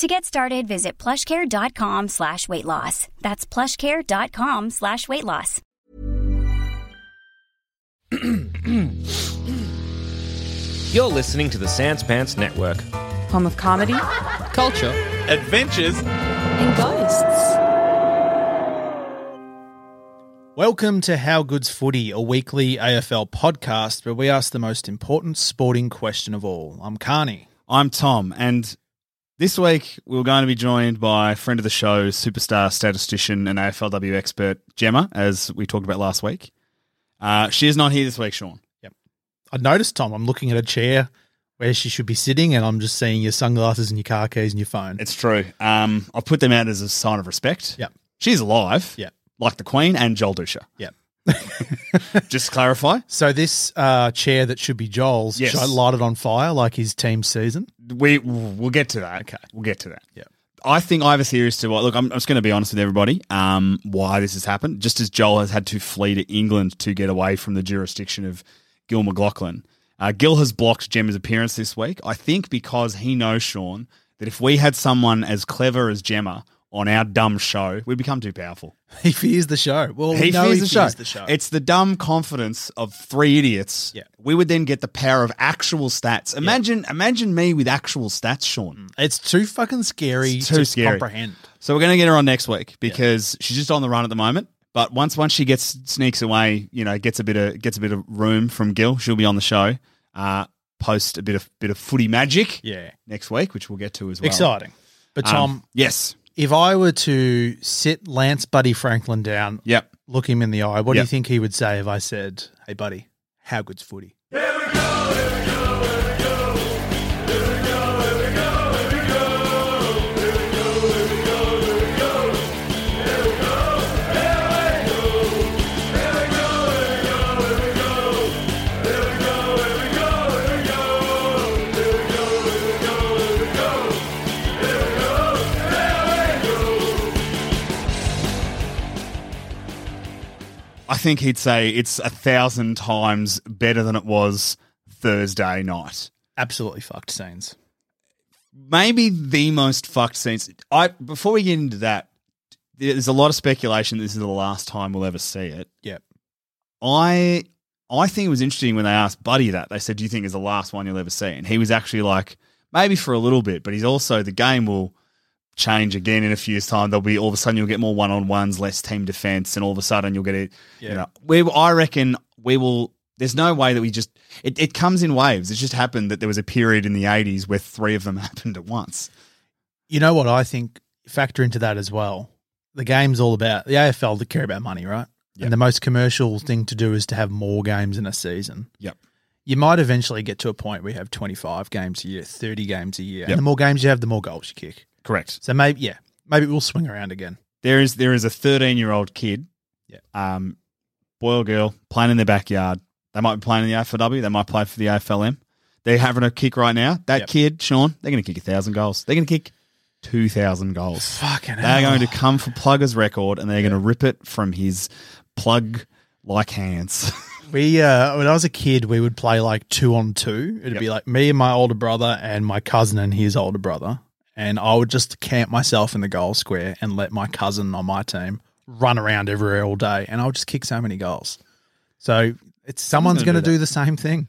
To get started, visit plushcare.com slash weight loss. That's plushcare.com slash weight loss. You're listening to the Sans Pants Network. Home of comedy Culture. Adventures. and ghosts. Welcome to How Good's Footy, a weekly AFL podcast where we ask the most important sporting question of all. I'm Carney. I'm Tom, and this week we're going to be joined by friend of the show, superstar statistician and AFLW expert Gemma, as we talked about last week. Uh, she is not here this week, Sean. I noticed, Tom, I'm looking at a chair where she should be sitting, and I'm just seeing your sunglasses and your car keys and your phone. It's true. Um, I put them out as a sign of respect. Yep. she's alive. Yep. like the Queen and Joel Dusha. Yep. Just to clarify, So this uh, chair that should be Joel's, Yes. should I light it on fire like his team season? we we'll get to that. Okay, we'll get to that. Yep. I think I have a serious to look. I'm, I'm just going to be honest with everybody. Um, why this has happened? Just as Joel has had to flee to England to get away from the jurisdiction of Gil McLaughlin, uh, Gil has blocked Gemma's appearance this week. I think because he knows Sean that if we had someone as clever as Gemma on our dumb show, we'd become too powerful. He fears the show. Well, he we know fears, he the, show. fears the show. It's the dumb confidence of three idiots. Yeah. We would then get the power of actual stats. Imagine, imagine me with actual stats, Sean. It's too fucking scary It's too to scary. comprehend. So we're going to get her on next week because she's just on the run at the moment. But once once she gets sneaks away, you know, gets a bit of gets a bit of room from Gil, she'll be on the show. Uh, post a bit of bit of footy magic Yeah. next week, which we'll get to as well. Exciting. But Um, Tom, yes, if I were to sit Lance Buddy Franklin down, yep. look him in the eye, what do you Yep. think he would say if I said, Hey buddy, how good's footy? I think he'd say it's a thousand times better than it was Thursday night. Absolutely fucked scenes. maybe the most fucked scenes. I before we get into that, there's a lot of speculation. This is the last time we'll ever see it. Yep. I I think it was interesting when they asked Buddy that they said, "Do you think it's the last one you'll ever see?" And he was actually like, "Maybe for a little bit, but he's also the game will." Change again in a few years' time. There'll be all of a sudden you'll get more one on ones, less team defense, and all of a sudden you'll get it. Yeah. You know, we I reckon we will. There's no way that we just it, it comes in waves. It just happened that there was a period in the 80s where three of them happened at once. You know what I think factor into that as well. The game's all about the AFL that care about money, right? Yep. And the most commercial thing to do is to have more games in a season. Yep. You might eventually get to a point where you have 25 games a year, 30 games a year. Yep. And the more games you have, the more goals you kick. Correct. So maybe, yeah, maybe we'll swing around again. There is there is a 13 year old kid, Yeah. um, boy or girl, playing in their backyard. They might be playing in the AFLW. They might play for the AFLM. They're having a kick right now. That Yep. kid, Sean, they're going to kick a thousand goals. They're going to kick two thousand goals. Fucking They're hell. going to come for Plugger's record, and they're going to rip it from his plug like hands. We uh, when I was a kid, we would play like two on two. It'd Yep. be like me and my older brother and my cousin and his older brother, and I would just camp myself in the goal square and let my cousin on my team run around everywhere all day, and I would just kick so many goals. So it's someone's going gonna to do do, the same thing.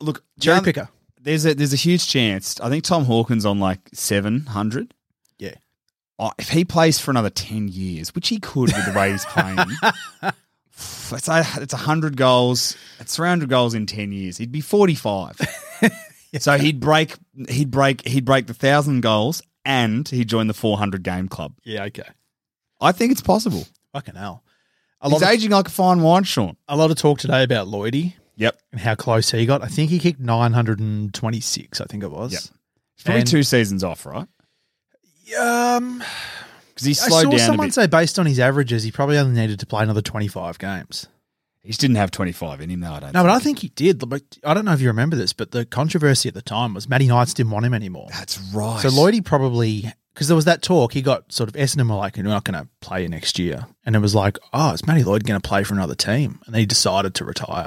Look, Cherry now- picker. There's a there's a huge chance. I think Tom Hawkins on like seven hundred. Yeah. Oh, if he plays for another 10 years, which he could with the way he's playing, it's a, it's hundred goals. It's three hundred goals in ten years. He'd be forty five. So he'd break he'd break he'd break the thousand goals and he'd join the four hundred game club. Yeah, okay. I think it's possible. Fucking hell. A lot, He's of, aging like a fine wine, Sean. a lot of talk today about Lloydie Yep. and how close he got. I think he kicked 926, I think it was. Yep. Probably And- two seasons off, right? Um, Because he I slowed saw down a someone bit. say based on his averages, he probably only needed to play another 25 games. he just didn't have twenty five in him, though. I don't. No, but I think he did. But I don't know if you remember this, but the controversy at the time was Matty Knights didn't want him anymore. that's right. So Lloydie probably because there was that talk. He got sort of Essendon were like, "We're not going to play you next year," and it was like, "Oh, is Matty Lloyd going to play for another team?" And then he decided to retire.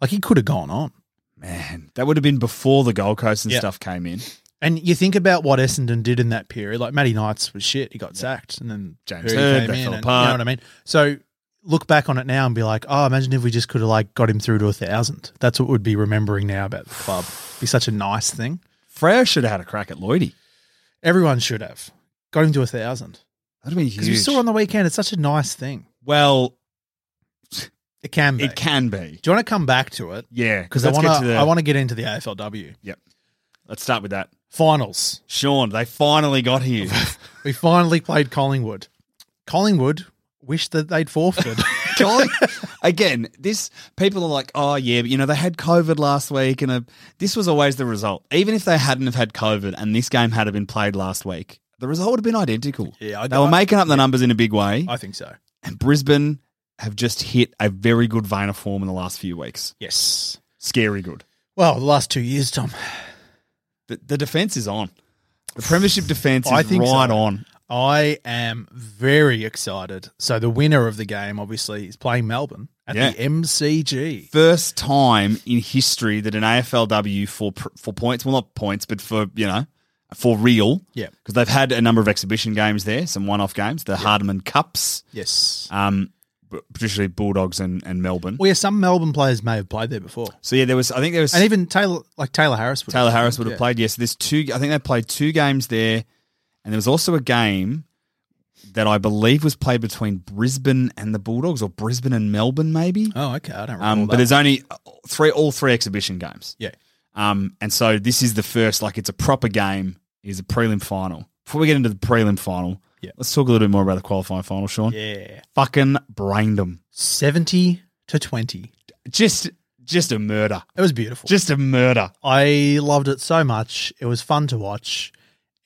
Like he could have gone on. man, that would have been before the Gold Coast and Yeah. stuff came in. And you think about what Essendon did in that period. Like Matty Knights was shit. He got sacked, and then James Perry Heard, they fell and, You apart. know what I mean? So look back on it now and be like, "Oh, imagine if we just could have like got him through to a thousand. That's what we'd be remembering now about the club. Be such a nice thing. Freo should have had a crack at Lloydie. Everyone should have got him to a thousand That'd be because huge. we saw on the weekend. It's such a nice thing. well, It can be. it can be. Do you want to come back to it? Yeah, Because I let's want get to to. the- I want to get into the AFLW Let's start with that. finals. Sean, they finally got here. We finally played Collingwood. Collingwood wished that they'd forfeited. Colin, again, this people are like, oh yeah, but you know they had COVID last week, and uh this was always the result. Even if they hadn't have had COVID, and this game had have been played last week, the result would have been identical. Yeah, I- they were I- making up the numbers in a big way, I think so. and Brisbane have just hit a very good vein of form in the last few weeks. Yes. Scary good. Well, the last two years, Tom. The, the defense is on. The premiership defense is I think so. right on. I am very excited. So the winner of the game, obviously, is playing Melbourne at Yeah. the MCG. First time in history that an AFLW for pr- for points, well not points, but for you know for real, Yeah. because they've had a number of exhibition games there, some one-off games, the Hardiman Cups, Yes. um, b- particularly Bulldogs and, and Melbourne. Well, yeah, some Melbourne players may have played there before, So yeah, there was I think there was and even Taylor, like Taylor Harris, would Taylor have Harris would have Yeah. played. Yes, there's two. I think they played two games there, and there was also a game that I believe was played between Brisbane and the Bulldogs, or Brisbane and Melbourne, maybe. Oh, okay. I don't remember. Um, but there's only three, all three exhibition games. yeah. Um, and so this is the first, like it's a proper game, is a prelim final. Before we get into the prelim final, Yeah. let's talk a little bit more about the qualifying final, Sean. Yeah. Fucking brained them. Seventy to twenty. Just just a murder. It was beautiful. Just a murder. I loved it so much. It was fun to watch,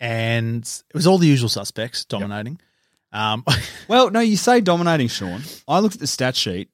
and it was all the usual suspects dominating. Um, Well, no, you say dominating, Sean. I looked at the stat sheet.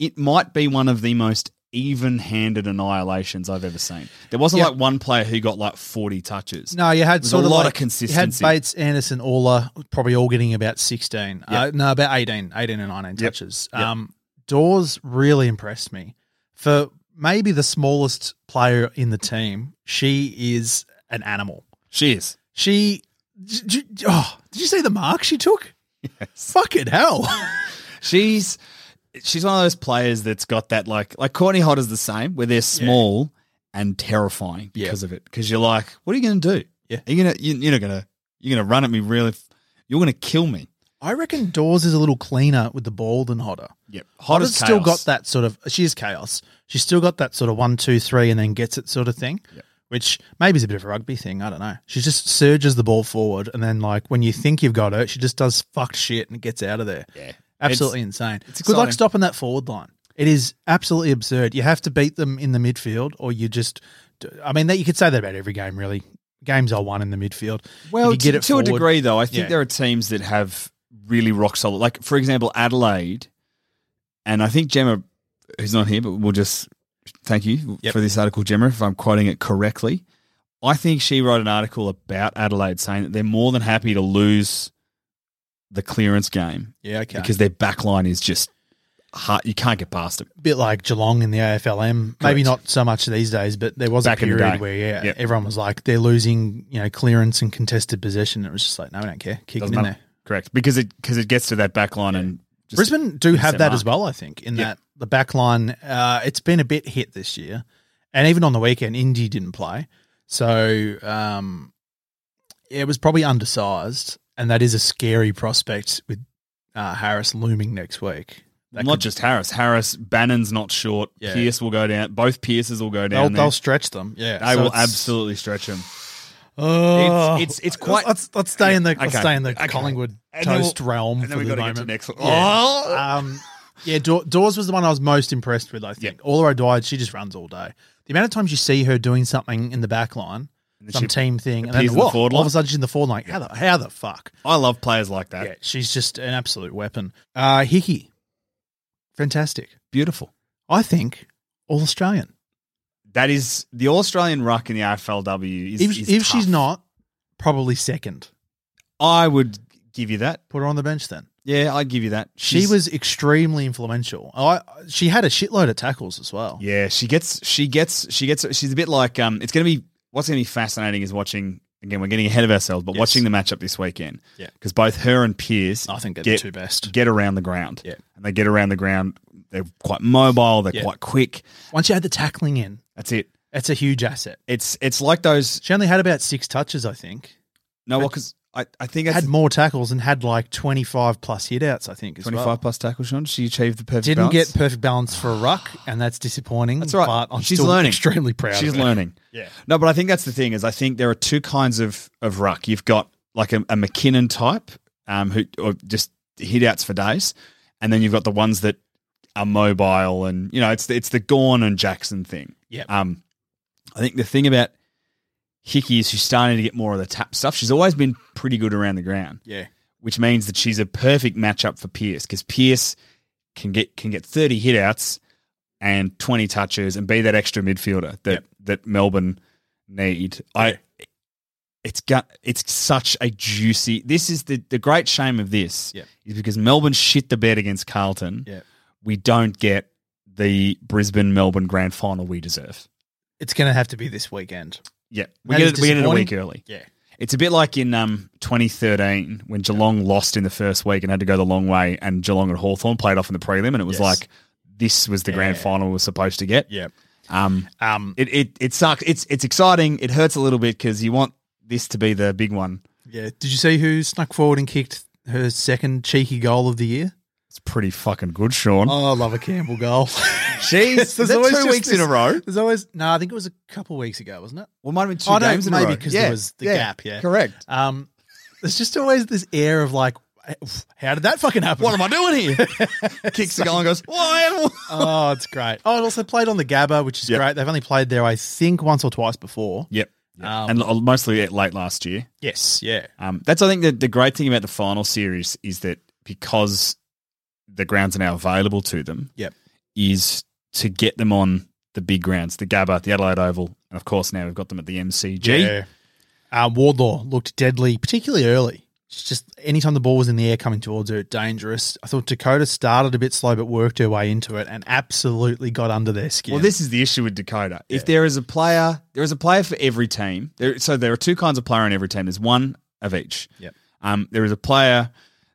It might be one of the most even handed annihilations I've ever seen. There wasn't Yeah. like one player who got like 40 touches. no, you had There's sort a of lot of like, consistency. You had Bates, Anderson, Orla, probably all getting about sixteen. Yeah. Uh, no, about 18, 18 and nineteen Yep. touches. Yep. Um, Dawes really impressed me for maybe the smallest player in the team. She is an animal. She is. She. Did you, oh, did you see the mark she took? Fucking hell. She's she's one of those players that's got that like like Courtney Hodder's the same where they're small and terrifying Yeah. because of it because you're like what are you going to do? Yeah. Are you gonna you, you're not gonna you're gonna run at me really? F- you're gonna kill me. I reckon Dawes is a little cleaner with the ball than Hodder. Yep. Hodder's still got that sort of. She is chaos. She's still got that sort of one, two, three, and then gets it sort of thing. Which maybe is a bit of a rugby thing. I don't know. She just surges the ball forward, and then like when you think you've got her, she just does fucked shit and gets out of there. Yeah. absolutely insane. it's Good luck exciting. stopping that forward line. It is absolutely absurd. You have to beat them in the midfield, or you just. I mean, that you could say that about every game, really. Games are won in the midfield. Well, If you to, get it to a forward- degree though, I think Yeah. there are teams that have really rock solid. Like for example, Adelaide, and I think Gemma, who's not here, but we'll just thank you Yep. for this article, Gemma, if I'm quoting it correctly. I think she wrote an article about Adelaide saying that they're more than happy to lose the clearance game Yeah, okay. because their back line is just hard. You can't get past them. bit like Geelong in the AFLM. Maybe Correct. not so much these days, but there was Back a in the day. period where yeah, Yep. everyone was like they're losing, you know, clearance and contested possession. It was just like, no, we don't care. Kick Doesn't them in matter. there. Correct, because it because it gets to that back line and just Brisbane do hits have their that as mark. well, I think, in Yep. that the back line, uh, it's been a bit hit this year. And even on the weekend, Indy didn't play. So um, it was probably undersized. And that is a scary prospect with uh, Harris looming next week. That not could- just Harris. Harris, Bannon's not short. Yeah. Pierce will go down. Both Pierces will go They'll, down. they'll They'll, stretch them. Yeah, they so will it's- absolutely stretch him. Oh. It's- it's- it's quite- Let's let's stay in the let's Okay. stay in the Okay. Collingwood And then toast we'll- realm. and then for we've the gotta get to moment. next one. Oh! Yeah. Um, yeah, Daw- Dawes was the one I was most impressed with. I think Yep. all her died. She just runs all day. The amount of times you see her doing something in the back line, some she team thing, and then appears in the whoa, forward all of line. a sudden she's in the forward line. How the how the fuck? I love players like that. Yeah, she's just an absolute weapon. Uh, Hickey, fantastic. Beautiful. I think all Australian. That is the All Australian ruck in the AFLW. Is, if is if tough. she's not, probably second. I would give you that. Put her on the bench then. Yeah, I'd give you that. She She's- was extremely influential. I she had a shitload of tackles as well. Yeah, she gets she gets she gets she's a bit like um it's gonna be what's gonna be fascinating is watching again, we're getting ahead of ourselves, but Yes. watching the matchup this weekend. Yeah. Because both her and Pierce I think they're the two best. Get around the ground. Yeah. And they get around the ground. They're quite mobile, they're Yeah. quite quick. Once you had the tackling in, That's it. that's a huge asset. It's it's like those She only had about six touches, I think. no well, cause I, I think that's Had more tackles and had like twenty five plus hit outs, I think. As twenty five well. plus tackles, Sean. She achieved the perfect Didn't balance. get perfect balance for a ruck, and that's disappointing. That's right. But I'm She's still learning. extremely proud. She's of her. learning. Yeah. No, but I think that's the thing is I think there are two kinds of of ruck. You've got like a, a McKinnon type, um, who or just hit outs for days, and then you've got the ones that are mobile and you know it's the, it's the Gorn and Jackson thing. Yep. Um, I think the thing about Hickey is she's starting to get more of the tap stuff. She's always been pretty good around the ground Yeah. which means that she's a perfect matchup for Pierce because Pierce can get can get thirty hitouts and twenty touches and be that extra midfielder that Yep. that Melbourne need. I it's got it's such a juicy. This is the the great shame of this Yep. is because Melbourne shit the bed against Carlton. Yeah. We don't get the Brisbane Melbourne grand final we deserve. It's gonna have to be this weekend. Yeah, we That get is it, we get it a disappointing. week early. Yeah. It's a bit like in um, 2013 when Geelong lost in the first week and had to go the long way, and Geelong and Hawthorn played off in the prelim, and it Yes. was like this was the grand final we were supposed to get. Yeah. Um, Um it, it it sucks. It's it's exciting. It hurts a little bit because you want this to be the big one. yeah. Did you see who snuck forward and kicked her second cheeky goal of the year? It's pretty fucking good, Sean. Oh, I love a Campbell goal. Jeez, There's is that always two just weeks in this- a row? There's always no. I think it was a couple weeks ago, wasn't it? well, might have been two Oh, no, games in a row. maybe because there was the gap, yeah. correct. Um, there's just always this air of like, how did that fucking happen? What am I doing here? Kicks the goal and goes, "Why?" oh, it's great. Oh, it also played on the Gabba, which is Yep. great. They've only played there, I think, once or twice before. Yep. Um, and l- mostly at late last year. Yes, yeah, Um, that's I think the, the great thing about the final series is that because the grounds are now available to them, yep. is to get them on the big grounds, the Gabba, the Adelaide Oval, and of course now we've got them at the MCG. Yeah. Um, Wardlaw looked deadly, particularly early. It's just anytime the ball was in the air coming towards her, dangerous. I thought Dakota started a bit slow, but worked her way into it and absolutely got under their skin. Well, this is the issue with Dakota. If there is a player, there is a player for every team. There, so there are two kinds of player on every team. There's one of each. Yep. Um, there is a player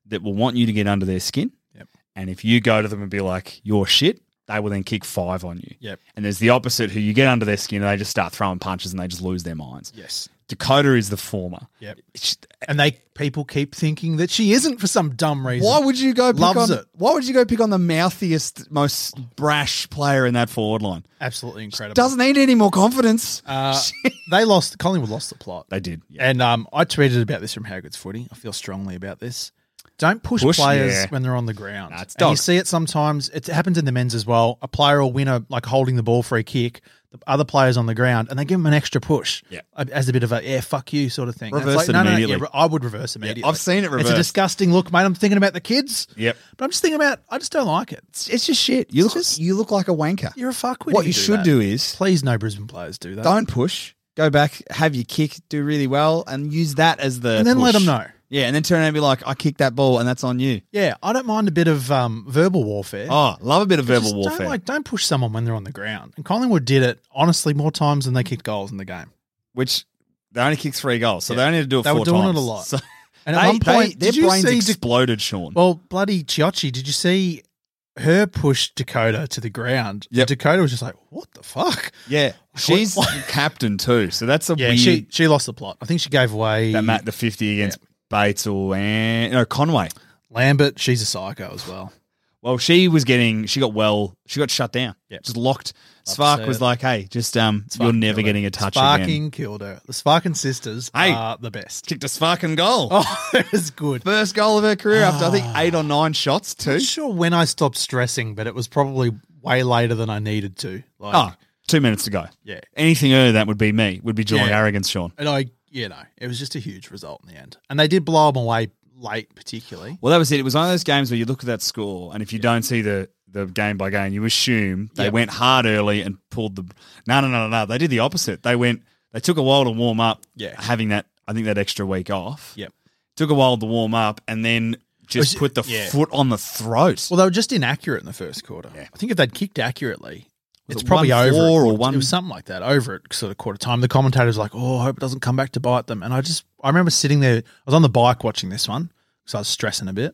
that will want you to get under their skin. Yep. And if you go to them and be like, "You're shit," they will then kick five on you. Yep. And there's the opposite, who you get under their skin and they just start throwing punches and they just lose their minds. yes, Dakota is the former. yep. It's- and they people keep thinking that she isn't for some dumb reason. Why would you go pick Loves on, it. Why would you go pick on the mouthiest, most brash player in that forward line? Absolutely incredible. Doesn't need any more confidence. uh, they lost? Collingwood lost the plot. they did. Yeah. And um, I tweeted about this from How Good's Footy. I feel strongly about this. Don't push, Push, players yeah. when they're on the ground. Nah, it's and you dog. see it sometimes. It happens in the men's as well. A player will win a like holding the ball for a kick. The other players on the ground, and they give them an extra push. Yeah. a- as a bit of a yeah, fuck you sort of thing. And it's Reverse like, it no, no, no, immediately. yeah, re- I would reverse immediately. I've seen it It's reversed. a disgusting look, mate. I'm thinking about the kids. Yep. but I'm just thinking about. I just don't like it. It's- It's just shit. You look just- you look like a wanker. You're a fuckwit. What if you do should that. do is- please no Brisbane players do that. Don't push. Go back, have your kick, do really well, and use that as the And then let push. 'em know. Yeah, and then turn around and be like, I kicked that ball and that's on you. Yeah, I don't mind a bit of um, verbal warfare. Oh, love a bit of I verbal just warfare. Don't, like, don't push someone when they're on the ground. And Collingwood did it honestly more times than they kicked goals in the game. which they only kicked three goals, so they only had to do it They four were doing times. it a lot. So And at they- one point, they- did their you brains see Dak- exploded, Sean. well, bloody Chiocci, did you see her push Dakota to the ground? Yep. Dakota was just like, "What the fuck?" yeah, she's What- the captain too, so that's a Yeah, weird she she lost the plot. I think she gave away that Matt the fifty against Bates or and no Conway. Lambert. She's a psycho as well. Well, she was getting, she got well, she got shut down, Yep. just locked. Love to Svark see was it. like, "Hey, just um, you're Sparking never killed getting her. a touch Sparking again." killed her. The Sparkin sisters Hey. are the best. Kicked a Sparking goal. Oh, Ah. that is good. First goal of her career after I think eight or nine shots too. Not sure when I stopped stressing, but it was probably way later than I needed to. Like, Ah, two minutes to go. Yeah. Anything earlier than that would be me. Would be joy Yeah. arrogance, Sean. and I, you know, it was just a huge result in the end. And they did blow them away late, particularly. Well, that was it. It was one of those games where you look at that score, and if you don't see the the game by game, you assume they Yep. went hard early and pulled the. No, no, no, no, no. They did the opposite. They went. They took a while to warm up. Yeah. having that. I think that extra week off. Yep. took a while to warm up, and then just Was it- put the yeah. foot on the throat. Well, they were just inaccurate in the first quarter. Yeah. I think if they'd kicked accurately, Was it's it probably over. 1-4 at or quarter- one- It was something like that over at sort of quarter time. The commentator's like, "Oh, I hope it doesn't come back to bite them." And I just, I remember sitting there. I was on the bike watching this one because I was stressing a bit,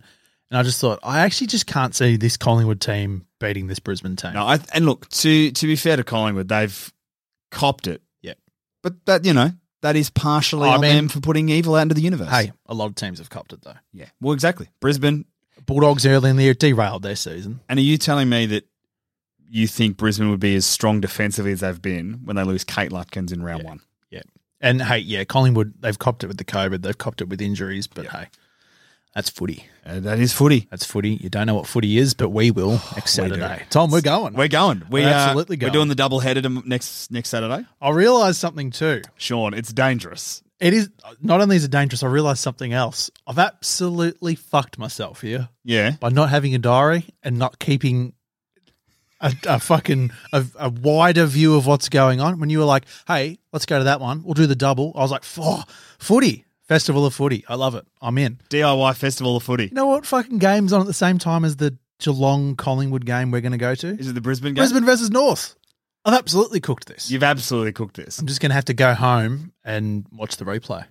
and I just thought, I actually just can't see this Collingwood team beating this Brisbane team. no, I, and look to to be fair to Collingwood, they've copped it. Yeah. Oh, but that you know that is partially I on mean- them for putting evil out into the universe. Hey, a lot of teams have copped it though. yeah, well, exactly. Brisbane, Bulldogs early in the year derailed their season. And are you telling me that you think Brisbane would be as strong defensively as they've been when they lose Kate Lutkins in round one? Yeah. And hey, yeah, Collingwood, they've copped it with the COVID, they've copped it with injuries, but hey, that's footy. Uh, that is footy. That's footy. You don't know what footy is, but we will next Saturday. Tom, we're going. We're going. We We're uh, absolutely We're going. doing the double headed next next Saturday. I realised something too. Sean, it's dangerous. It is not only is it dangerous, I realised something else. I've absolutely fucked myself here Yeah. by not having a diary and not keeping a, a fucking a, a wider view of what's going on. When you were like, "Hey, let's go to that one. We'll do the double," I was like, "Oh, footy festival of footy. I love it. I'm in." DIY Festival of Footy. You know what? Fucking games on at the same time as the Geelong Collingwood game we're going to go to. Is it the Brisbane game? Brisbane versus North. I've absolutely cooked this. You've absolutely cooked this. I'm just going to have to go home and watch the replay.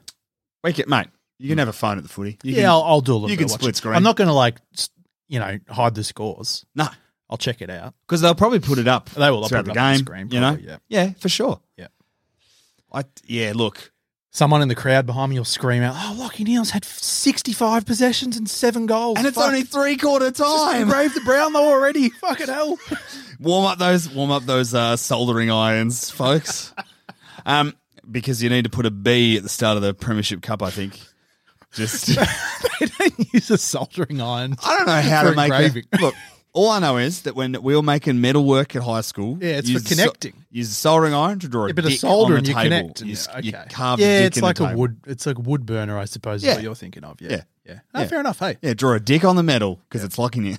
Wake it, mate. You can have a phone at the footy. You yeah, can, I'll, I'll do a little you bit can of split watching. screen. I'm not going to like, s- you know, hide the scores. No, I'll check it out. because they'll probably put it up. They will. They'll throughout put the it up on game. the screen, you know. probably, yeah. yeah, for sure. Yeah. I yeah. Look, Someone in the crowd behind me will scream out, "Oh, Lockie Neal's had 65 possessions and seven goals, and it's Oh, Fuck. only three quarter Just time. braved the Brownlow already. Fucking hell! warm up those warm up those uh, soldering irons, folks. um, because you need to put a B at the start of the Premiership Cup, I think. Just I they don't use a soldering iron. don't know how For to make engraving. it. Look, all I know is that when we were making metal work at high school, Yeah, it's for use the connecting. use a soldering iron to draw a, a bit of dick solder on and the you table. connect. and You, yeah, s- you okay. carve yeah, a dick it's in the like a table. wood. It's like a wood burner, I suppose. is Yeah. what you're thinking of. Yeah, Yeah. yeah. Oh, Yeah. Fair enough. Hey, Yeah, draw a dick on the metal because it's Lockie Nails.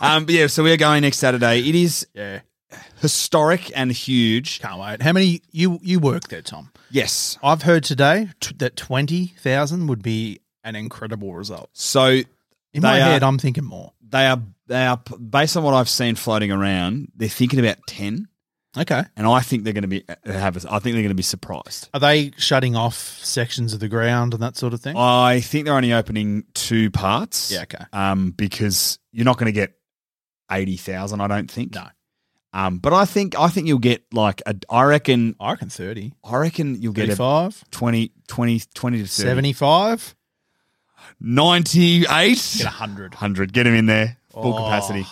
um, but yeah, so we are going next Saturday. It is yeah. historic and huge. Can't wait. How many you you work there, Tom? Yes, I've heard today t- that 20,000 would be an incredible result. so In They my are- head, I'm thinking more. they are they are based on what I've seen floating around. They're thinking about ten, Okay. and I think they're going to be uh, have. us- I think they're going to be surprised. Are they shutting off sections of the ground and that sort of thing? I think they're only opening two parts. Yeah, okay. Um, because you're not going to get eighty thousand. I don't think. No. Um, but I think I think you'll get like a. I reckon. I reckon 30. I reckon you'll get a 35, 20, 20, 20 to 30. 75, 98. get Oh. 100. 100. Get him in there. Full capacity.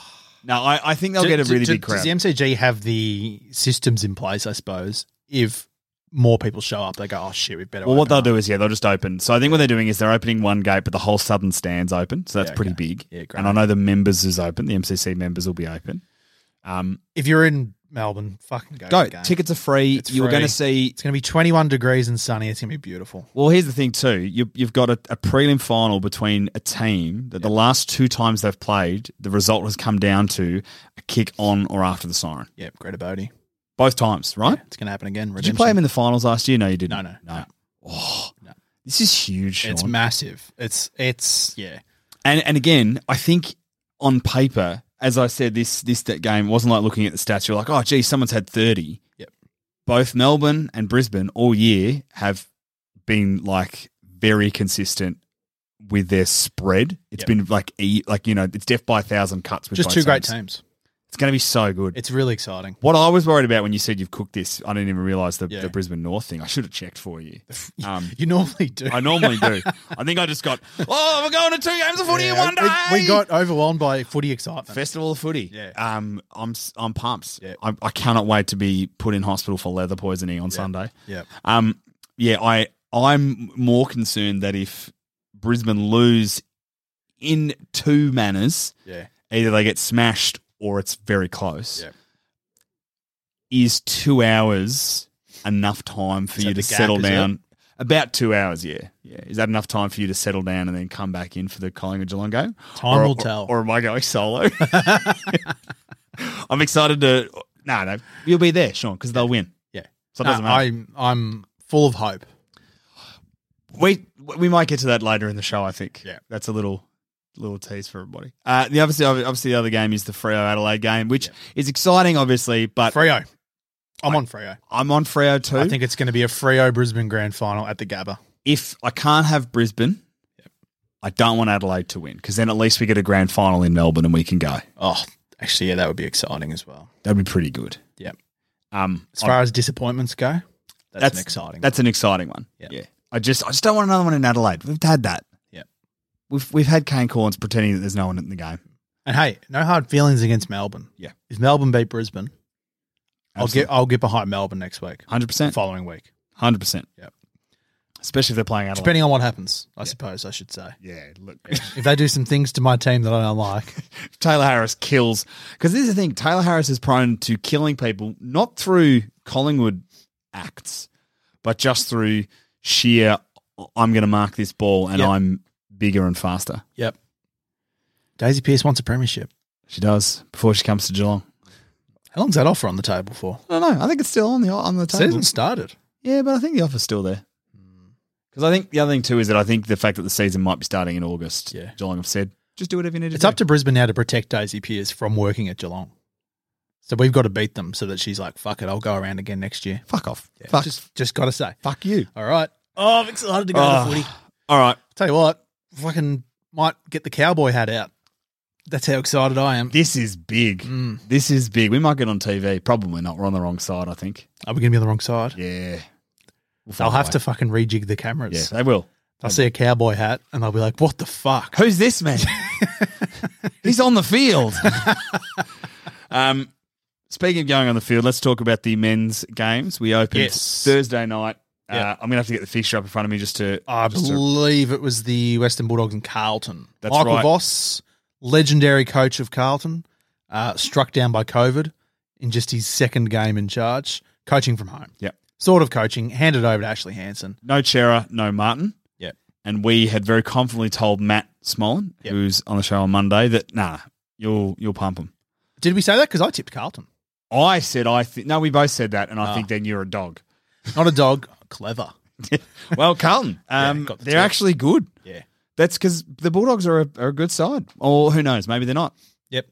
No, I, I think they'll Do- get a do- really do- big crowd. Does the MCG have the systems in place, I suppose, if more people show up, they go, oh shit, we better. Well, what open they'll up." do is yeah, they'll just open. So I think what they're doing is they're opening one gate, but the whole southern stand's open, so that's Yeah, pretty okay. big. Yeah, great. and I know the members is open. The MCC members will be open. Um, If you're in Melbourne, fucking go. to go. the game. Tickets are free. It's You're free. going to see. It's going to be 21 degrees and sunny. It's going to be beautiful. Well, here's the thing too. You, you've got a, a prelim final between a team that the last two times they've played, the result has come down to a kick on or after the siren. Yep, Greta Bodie. Both times, right? Yeah, it's going to happen again. Did you play Redemption. them in the finals last year? No, you didn't. No, no, no. no. Oh, No. this is huge. It's Sean. massive. It's it's yeah. And and again, I think on paper, as I said, this this that game wasn't like looking at the stats. You're like, oh, gee, someone's had thirty. Yep. Both Melbourne and Brisbane all year have been like very consistent with their spread. It's Yep. been like e like you know it's death by a thousand cuts. With Just both two great teams. teams. It's It's going to be so good. It's really exciting. what I was worried about when you said you've cooked this, I didn't even realize the, Yeah. the Brisbane North thing. I should have checked for you. Um, You normally do. I normally do. I think I just got, oh, we're going to two games of footy in Yeah, one day. we, we got overwhelmed by footy excitement. Festival of Footy. Yeah. Um, I'm s- I'm pumped. Yeah. I, I cannot wait to be put in hospital for leather poisoning on Sunday. Yeah. Um, yeah. I I'm more concerned that if Brisbane lose in two manners, Yeah. either they get smashed or it's very close. Yeah. Is two hours enough time for Is you that to the gap, settle is it? down? About two hours, yeah. Yeah. Is that enough time for you to settle down and then come back in for the Collingwood Geelong game? Time Or- will or- tell. Or am I going solo? I'm excited to. No, no. You'll be there, Sean, because they'll win. Yeah. So it No, doesn't matter. I'm I'm full of hope. We we might get to that later in the show. I think. Yeah. that's a little little tease for everybody. Uh, the obviously obviously the other game is the Freo Adelaide game, which is exciting, obviously. But Frio. I'm on Frio. I'm on Freo too. I think it's going to be a Frio Brisbane grand final at the Gabba. if I can't have Brisbane, I don't want Adelaide to win because then at least we get a grand final in Melbourne and we can go. Oh, actually, yeah, that would be exciting as well. That'd be pretty good. Yeah. Um, As far as disappointments go, that's, an exciting. That's an exciting one. Yeah. I just I just don't want another one in Adelaide. We've had that. Yeah. We've we've had Kane Corns pretending that there's no one in the game. and hey, no hard feelings against Melbourne. Yeah. If Melbourne beat Brisbane, I'll get I'll get behind Melbourne next week, hundred the percent. following week, Hundred percent. Yep. Especially if they're playing Adelaide. depending on what happens. I suppose I should say yeah, look. if they do some things to my team that I don't like. Taylor Harris kills because this is the thing. Taylor Harris is prone to killing people not through Collingwood acts, but just through sheer. I'm going to mark this ball, and Yeah. I'm bigger and faster. Yep. Daisy Pierce wants a premiership. She does before she comes to Geelong. How long's that offer on the table for? I don't know. I think it's still on the on the table. Season started. Yeah, but I think the offer's still there. Because Hmm. I think the other thing too is that I think the fact that the season might be starting in August. Yeah. Geelong have said just do whatever you need to It's do. up to Brisbane now to protect Daisy Pierce from working at Geelong. So we've got to beat them so that she's like, fuck it, I'll go around again next year. fuck off. Yeah, fuck Just, just got to say. fuck you. All right. Oh, I'm excited to go Oh. to the footy. All right. Tell you what, fucking might get the cowboy hat out. That's how excited I am. This is big. Mm. This is big. We might get on TV. Probably not. We're on the wrong side. I think. Are we going to be on the wrong side? Yeah. They'll We'll find a have way. to fucking rejig the Yeah, cameras. they will. They'll see a cowboy hat and they'll be like, what the fuck? Who's this man? He's on the field. um, speaking of going on the field, let's talk about the men's games. We opened Yes. Thursday night. Yeah. Oh, Uh, I'm gonna have to get the fixture up in front of me just to. I just to- believe it was the Western Bulldogs and Carlton. That's Michael right. Voss, legendary coach of Carlton, uh, struck down by COVID in just his second game in charge, coaching from home. yeah. Sort of coaching, handed over to Ashley Hanson. No Chera, no Martin. Yeah. And we had very confidently told Matt Smolin, Yeah. who's on the show on Monday, that nah, you'll you'll pump him. Did we say that? Because I tipped Carlton. I said I think no, we both said that, and I Ah. think then you're a dog. Not a dog. Clever. well, Carlton, um, got the they're tip. actually good. Yeah. That's because the Bulldogs are a, are a good side, or who knows, maybe they're not. Yep.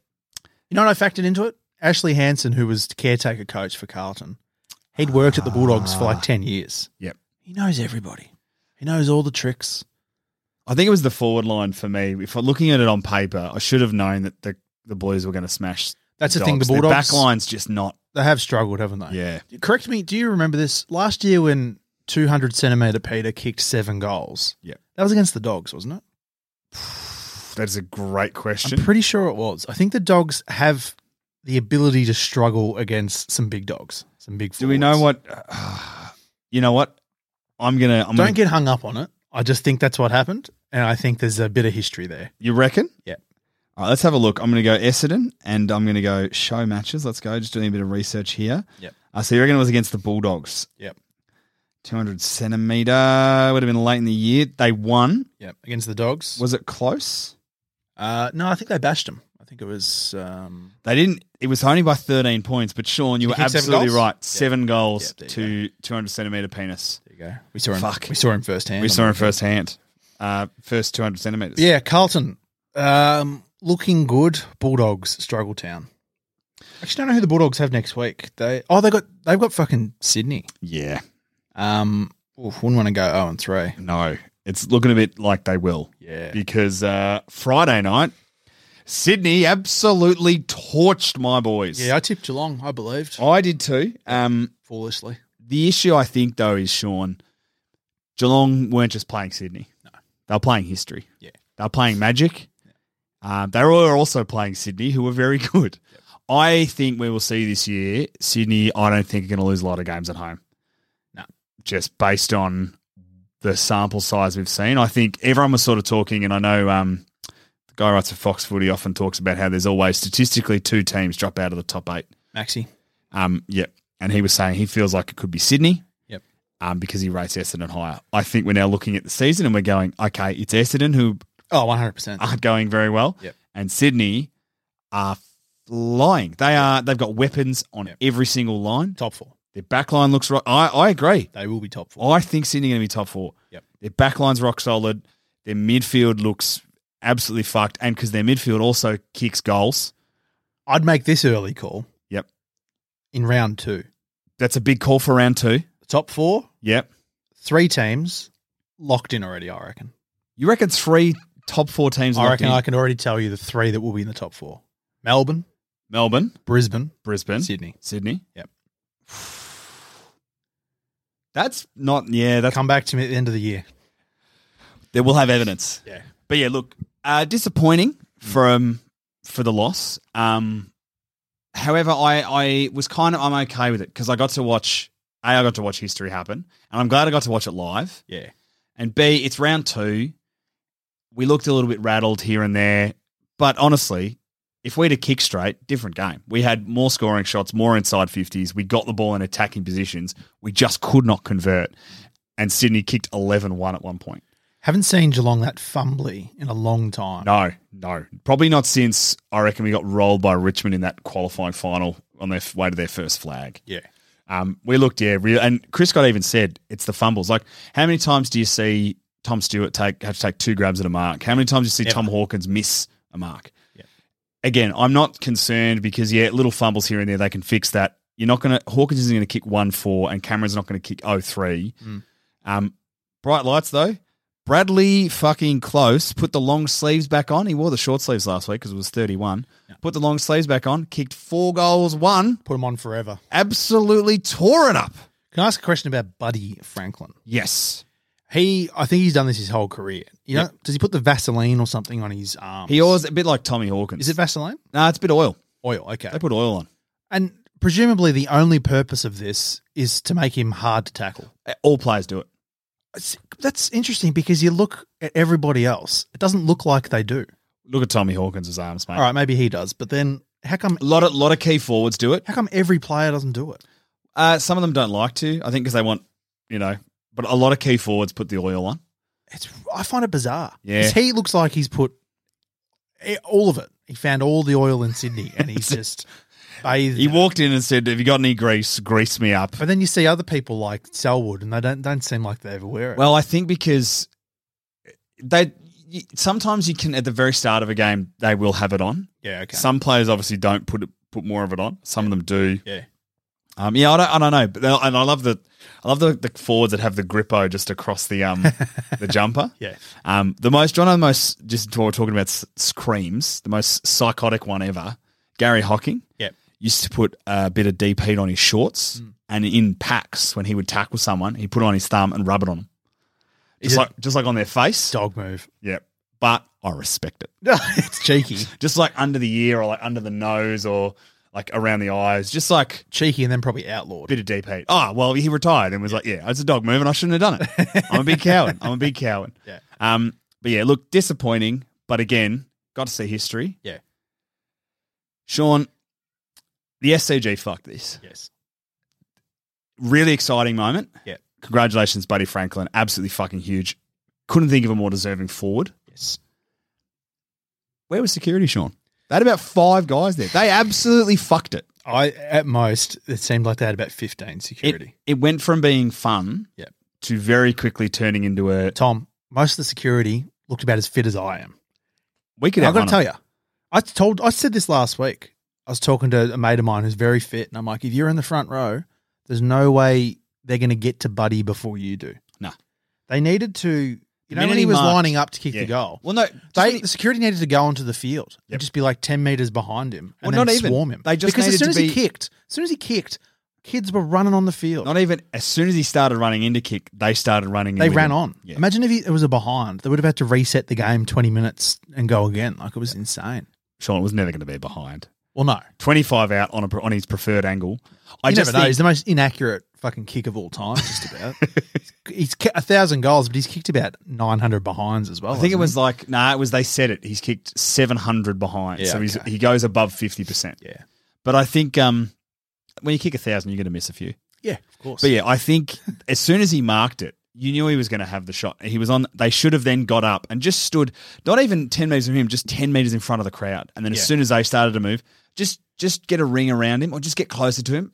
You know what I factored into it? Ashley Hanson, who was caretaker coach for Carlton, he'd worked at the Bulldogs for like 10 years. Yep. Ah. He knows everybody, he knows all the tricks. I think it was the forward line for me. If I'm looking at it on paper, I should have known that the the boys were going to smash. That's the thing, the Dogs. Their Bulldogs- back line's just not. They have struggled, haven't they? Yeah, Correct me. Do you remember this last year when 200 centimeter Peter kicked seven goals? Yeah. that was against the Dogs, wasn't it? that is a great question. I'm pretty sure it was. I think the Dogs have the ability to struggle against some big dogs, some big. Do we know forwards. what? you know what? I'm gonna. I'm Don't gonna, get hung up on it. I just think that's what happened, and I think there's a bit of history there. You reckon? Yeah. All right, let's have a look. I'm going to go Essendon and I'm going to go show matches. Let's go. Just doing a bit of research here. Yep. Uh, so you reckon it was against the Bulldogs? Yep. 200 centimeter would have been late in the year. They won. Yep, against the Dogs. Was it close? Uh, no, I think they bashed him. I think it was. Um, They didn't. It was only by 13 points. But Sean, you He were kicked seven absolutely goals? right. Yeah. Seven goals Yep, there to 200 centimeter penis. there you go. We saw him. Fuck. We saw him firsthand. we on saw the him firsthand. Uh, first 200 centimeters. Yeah, Carlton. Um, looking good. Bulldogs struggle town. Actually, don't know who the Bulldogs have next week. They oh they got they've got fucking Sydney. Yeah. Um, oof, wouldn't want to go zero and three. No, it's looking a bit like they will. Yeah. Because uh, Friday night, Sydney absolutely torched my boys. Yeah, I tipped Geelong. I believed I did too. Um, foolishly. the issue I think though is Sean, Geelong weren't just playing Sydney. No, they were playing history. Yeah. they were playing Magic. Um, they were also playing Sydney, who were very good. I think we will see this year Sydney. I don't think are going to lose a lot of games at home. No. just based on the sample size we've seen. I think everyone was sort of talking, and I know um, the guy who writes for Fox Footy often talks about how there's always statistically two teams drop out of the top eight. Maxi. Um, yep. And he was saying he feels like it could be Sydney. Yep. Um, because he rates Essendon higher. I think we're now looking at the season and we're going, okay, it's Essendon who Oh, 100%. aren't going very well. Yep. And Sydney are flying. They are they've got weapons on Yep. every single line. top four. Their back line looks right. I, I agree. They will be top four. I think Sydney are gonna be top four. Yep. Their back line's rock solid. Their midfield looks absolutely fucked. And because their midfield also kicks goals. I'd make this early call Yep. in round two. That's a big call for round two. Top four, Yep. three teams locked in already, I reckon. You reckon three top four teams? I locked reckon in? I can already tell you the three that will be in the top four Melbourne, Melbourne, Brisbane, Brisbane, Sydney. Sydney. Yep. That's not. Yeah, that's. Come back to me at the end of the year. They will have evidence. Yeah. But yeah, look, uh, disappointing from for the loss. Um, however, I I was kind of I'm okay with it because I got to watch. A, I got to watch history happen, and I'm glad I got to watch it live. Yeah. And B, it's round two. We looked a little bit rattled here and there. But honestly, if we'd have kicked straight, different game. We had more scoring shots, more inside 50s. We got the ball in attacking positions. We just could not convert. And Sydney kicked 11 1 at one point. Haven't seen Geelong that fumbly in a long time. No, no. Probably not since I reckon we got rolled by Richmond in that qualifying final on their f- way to their first flag. Yeah. Um, we looked, yeah, real. And Chris Scott even said it's the fumbles. Like, how many times do you see Tom Stewart take have to take two grabs at a mark? How many times do you see Never. Tom Hawkins miss a mark? Yeah. Again, I'm not concerned because yeah, little fumbles here and there they can fix that. You're not gonna Hawkins isn't gonna kick one four, and Cameron's not gonna kick oh three. Mm. Um, bright lights though. Bradley fucking close put the long sleeves back on. He wore the short sleeves last week because it was 31. Put the long sleeves back on. Kicked four goals, one Put them on forever. absolutely tore it up. Can I ask a question about Buddy Franklin? Yes. He, I think he's done this his whole career. You know, does he put the Vaseline or something on his arm? He always a bit like Tommy Hawkins. Is it Vaseline? nah, it's a bit oil. Oil, okay. They put oil on. And presumably the only purpose of this is to make him hard to tackle. Eh, All players do it. It's- That's interesting because you look at everybody else, it doesn't look like they do. Look at Tommy Hawkins' arms, mate. All right, maybe he does, but then how come A lot of lot of key forwards do it. how come every player doesn't do it? Uh, some of them don't like to. I think because they want, you know, but a lot of key forwards put the oil on. It's I find it bizarre. Yeah. 'Cause he looks like he's put eh, all of it. He found all the oil in Sydney and he's just bathed. He in it. walked in and said, "Have you got any grease? Grease me up." But then you see other people like Selwood, and they don't don't seem like they ever wear it. Well, I think because they y- sometimes you can at the very start of a game they will have it on. yeah, okay, Some players obviously don't put it, put more of it on. Some of them do. yeah, Um, yeah, I don't, I don't know, but they'll- and I love the, I love the, the forwards that have the grippo just across the um the jumper. yeah. Um, the most one of the most just while we're talking about s- screams, the most psychotic one ever, Gary Hocking. Yep. used to put a bit of deep heat on his shorts, Hmm. and in packs when he would tackle someone, he put it on his thumb and rub it on them, just it- like just like on their face. Dog move. Yeah, but I respect it. it's cheeky, Just like under the ear or like under the nose or like around the eyes, just like cheeky, and then probably outlawed. bit of deep heat. Oh, well, he retired and was like, yeah, it's a dog move and I shouldn't have done it. I'm a big coward. I'm a big coward. Yeah. Um, but yeah, look, disappointing. But again, got to see history. Yeah. Sean, the SCG fucked this. Yes. Really exciting moment. Yeah. Congratulations, Buddy Franklin. Absolutely fucking huge. Couldn't think of a more deserving forward. Yes. Where was security, Sean? They had about five guys there. They absolutely fucked it. I at most it seemed like they had about fifteen It, security. it went from being fun Yeah. to very quickly turning into a. Tom, most of the security looked about as fit as I am. We could I've have got to one tell you, I told I said this last week. I was talking to a mate of mine who's very fit, and I'm like, if you're in the front row, there's no way they're going to get to Buddy before you do. No. they needed to You know when he was lining up to kick Yeah. the goal. Well, no, just they, when he- the security needed to go onto the field and just be like ten meters behind him, and Well, then not even. swarm him. They just because as needed soon to as he be- kicked, as soon as he kicked, kids were running on the field. Not even as soon as he started running into kick, they started running. in they with ran him. on. Yeah. Imagine if he, it was a behind. They would have had to reset the game twenty minutes and go again. Like it was insane. Sean was never going to be behind. Well, no, Twenty five out on a, on his preferred angle. I I you just never know. think- He's the most inaccurate fucking kick of all time. Just about. he's kicked a thousand goals, but he's kicked about nine hundred behinds as well. I think it hasn't was like nah, it was they said it. He's kicked seven hundred behind, Yeah, so he's, okay. he goes above fifty percent. he? yeah, But I think um, when you kick a thousand, you're going to miss a few. yeah, of course. But yeah, I think as soon as he marked it, you knew he was going to have the shot. He was on. They should have then got up and just stood, not even ten meters from him, just ten meters in front of the crowd. And then Yeah. as soon as they started to move, just just get a ring around him or just get closer to him.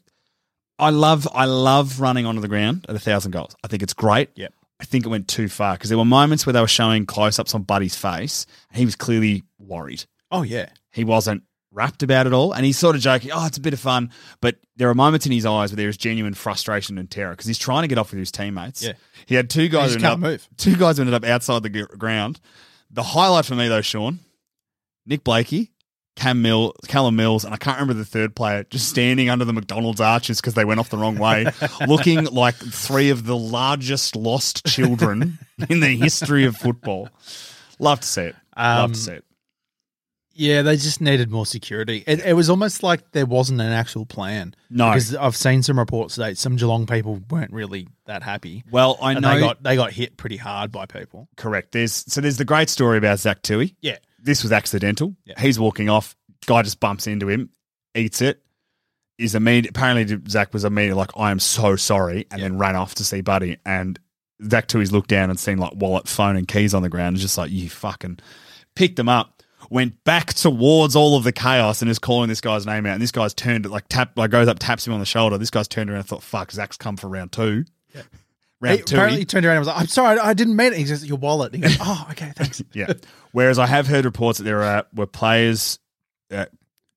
I love I love running onto the ground at a thousand goals. I think it's great. Yep. I think it went too far because there were moments where they were showing close ups on Buddy's face. And he was clearly worried Oh yeah. he wasn't wrapped about it all. And he's sort of joking, oh, it's a bit of fun. But there are moments in his eyes where there is genuine frustration and terror because he's trying to get off with his teammates. Yeah. He had two guys just who ended can't up- move. Two guys who ended up outside the g- ground. The highlight for me though, Sean, Nick Blakey, Cam Mill, Callum Mills, and I can't remember the third player just standing under the McDonald's arches because they went off the wrong way, looking like three of the largest lost children in the history of football. Love to see it. Love Um, to see it. Yeah, they just needed more security. It, it was almost like there wasn't an actual plan. No. because I've seen some reports that some Geelong people weren't really that happy. Well, I and know they got they got hit pretty hard by people. Correct. There's so there's the great story about Zach Tui. Yeah, This was accidental. Yeah. He's walking off. Guy just bumps into him, eats it. Is immediate. Apparently, Zach was immediately like, "I am so sorry," and then ran off to see Buddy. And Zach Tui's looked down and seen like wallet, phone, and keys on the ground. And just like you fucking picked them up. Went back towards all of the chaos and is calling this guy's name out. And this guy's turned like tap like goes up, taps him on the shoulder. This guy's turned around and thought, "Fuck, Zach's come for round two. Round he two. apparently turned around and was like, "I'm sorry, I didn't mean it." He says, "Your wallet." And he goes, "Oh, okay, thanks." yeah. Whereas I have heard reports that there are, were players, uh,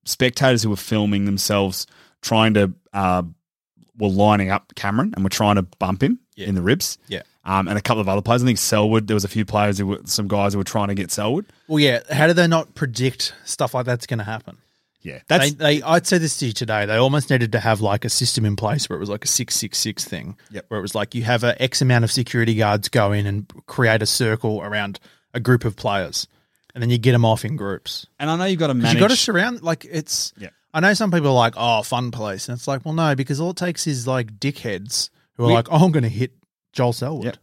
spectators who were filming themselves trying to, uh, were lining up Cameron and were trying to bump him in the ribs. Yeah. Um, and a couple of other players. I think Selwood, there was a few players, who were, some guys who were trying to get Selwood. Well, yeah. How do they not predict stuff like that's going to happen? Yeah. They, That's, they, I'd say this to you today. They almost needed to have like a system in place where it was like a six six six thing, Yep. where it was like you have a X amount of security guards go in and create a circle around a group of players, and then you get them off in groups. and I know you've got to 'Cause manage. you got to surround like it's. Yeah. I know some people are like, "Oh, fun place," and it's like, well, no, because all it takes is like dickheads who are We- like, "Oh, I'm going to hit Joel Selwood." Yep.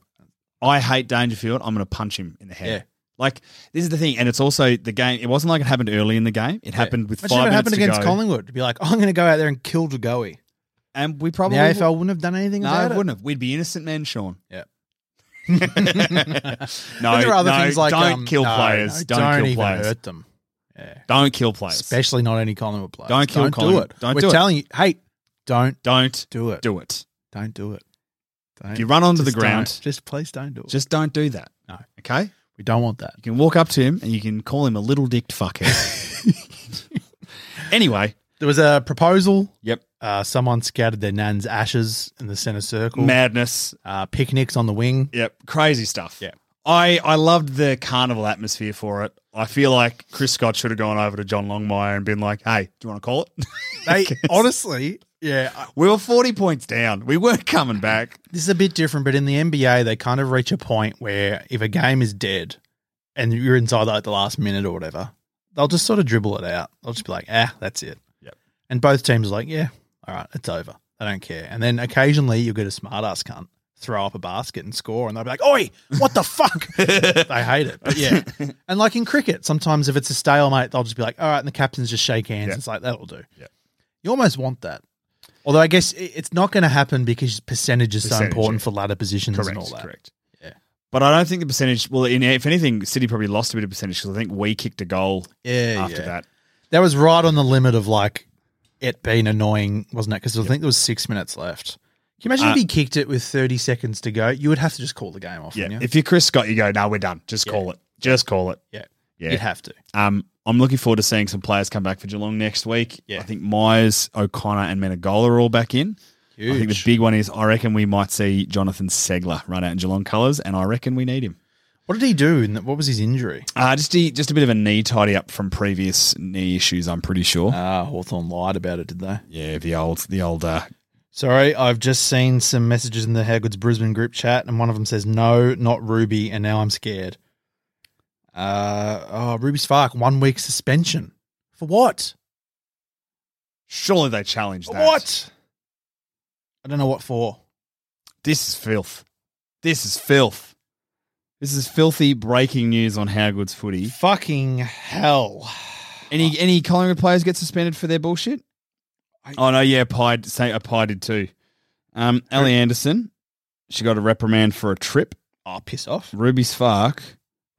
I hate Dangerfield. I'm going to punch him in the head. Yeah. Like this is the thing, and it's also the game. It wasn't like it happened early in the game. It happened with Imagine five if it minutes happened to against go, Collingwood to be like, oh, "I'm going to go out there and kill Degoe." and we The probably AFL wouldn't have done anything No, about I it. wouldn't have. We'd be innocent men, Sean. Yep. No, But there are other no, things like don't um, kill no, players. no, don't, kill even players. hurt them, Don't kill players. especially not any Collingwood players. Don't kill do Collingwood. it. Don't We're do it. telling you, hey, don't don't do it. do it. Don't do it. Don't. If you run onto the Just don't. ground, just please don't do it. just don't do that. No. Okay. You we don't want that. can walk up to him and you can call him a little dicked fuckhead. anyway. There was a proposal. Yep. Uh, someone scattered their nan's ashes in the centre circle. Madness. Uh, picnics on the wing. Yep. Crazy stuff. Yeah. I, I loved the carnival atmosphere for it. I feel like Chris Scott should have gone over to John Longmire and been like, hey, do you want to call it? They honestly, yeah, I- we were 40 points down. We weren't coming back. this is a bit different. But in the NBA, they kind of reach a point where if a game is dead and you're inside like the last minute or whatever, they'll just sort of dribble it out. They'll just be like, ah, that's it. Yep. And both teams are like, yeah, all right, it's over. I don't care. And then occasionally you'll get a smart ass cunt throw up a basket and score, and they'll be like, oi, what the fuck? they hate it. But yeah. And like in cricket, sometimes if it's a stalemate, they'll just be like, all right, and the captains just shake hands. Yeah. It's like, that'll do. Yeah. You almost want that. Although I guess i- it's not going to happen because percentage is so Percentage, important yeah. for ladder positions correct, and all that. Correct. Yeah. But I don't think the percentage. Well, in, if anything, City probably lost a bit of percentage because I think we kicked a goal Yeah, after yeah. that. That was right on the limit of like it being annoying, wasn't it? Because I think there was six minutes left. Can you imagine if Uh, he kicked it with 30 seconds to go? You would have to just call the game off, Yeah. wouldn't you? If you're Chris Scott, you go, no, we're done. Just call it. Just call it. yeah. Yeah. You'd have to. Um, I'm looking forward to seeing some players come back for Geelong next week. Yeah. I think Myers, O'Connor, and Menegola are all back in. I think the Huge. big one is I reckon we might see Jonathan Segler run out in Geelong colours, and I reckon we need him. What did he do? And what was his injury? Uh, just a, just a bit of a knee tidy up from previous knee issues. I'm pretty sure. Ah, Hawthorn lied about it, did they? yeah, the old the old uh, Sorry, I've just seen some messages in the How Good's Brisbane group chat, and one of them says, "No, not Ruby," and now I'm scared. Uh, oh, Ruby Spark, one week suspension for what? Surely they challenge For that. What? I don't know what for. This is filth. This is filth. This is filthy breaking news on Howgood's footy. Fucking hell! Any any Collingwood players get suspended for their bullshit? I- oh no, yeah, Pye, say, uh, Pye did too. Um, Ellie Anderson, she got a reprimand for a trip. Oh, piss off! Ruby Spark,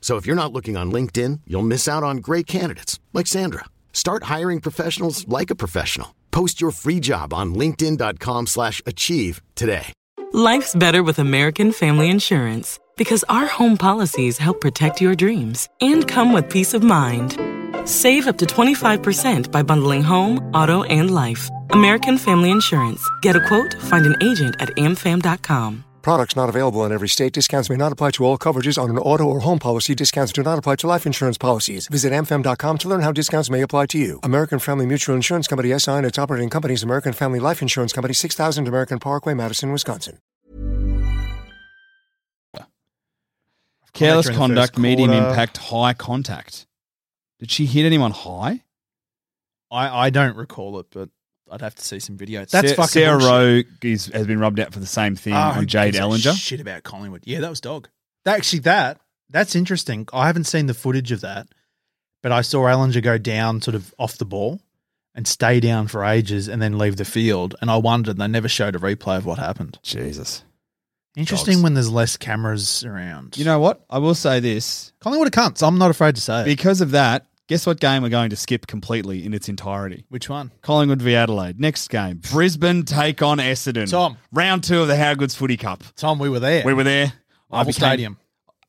So if you're not looking on LinkedIn, you'll miss out on great candidates like Sandra. Start hiring professionals like a professional. Post your free job on linkedin.com/achieve slash achieve today. Life's better with American Family Insurance because our home policies help protect your dreams and come with peace of mind. Save up to 25% by bundling home, auto, and life. American Family Insurance. Get a quote, find an agent at amfam.com. Products not available in every state. Discounts may not apply to all coverages on an auto or home policy. Discounts do not apply to life insurance policies. Visit mfm.com to learn how discounts may apply to you. American Family Mutual Insurance Company SI and its operating companies, American Family Life Insurance Company, 6000 American Parkway, Madison, Wisconsin. Careless Later in the first conduct, medium quarter. impact, high contact. Did she hit anyone high? I I don't recall it, but I'd have to see some video. That's Sa- fucking Sarah bullshit. Rowe is, has been rubbed out for the same thing Oh, who on Jade gives a Ellinger. Shit about Collingwood. Yeah, that was dog. That, actually, that that's interesting. I haven't seen the footage of that, but I saw Ellinger go down sort of off the ball and stay down for ages and then leave the field. And I wondered they never showed a replay of what happened. Jesus. Interesting Dogs. when there's less cameras around. You know what? I will say this. Collingwood are cunts. I'm not afraid to say it. Because of that, guess what game we're going to skip completely in its entirety? Which one? Collingwood v Adelaide. Next game, Brisbane take on Essendon. Tom. Round two of the Howgoods Footy Cup. Tom, we were there. We were there. Marvel became- Stadium.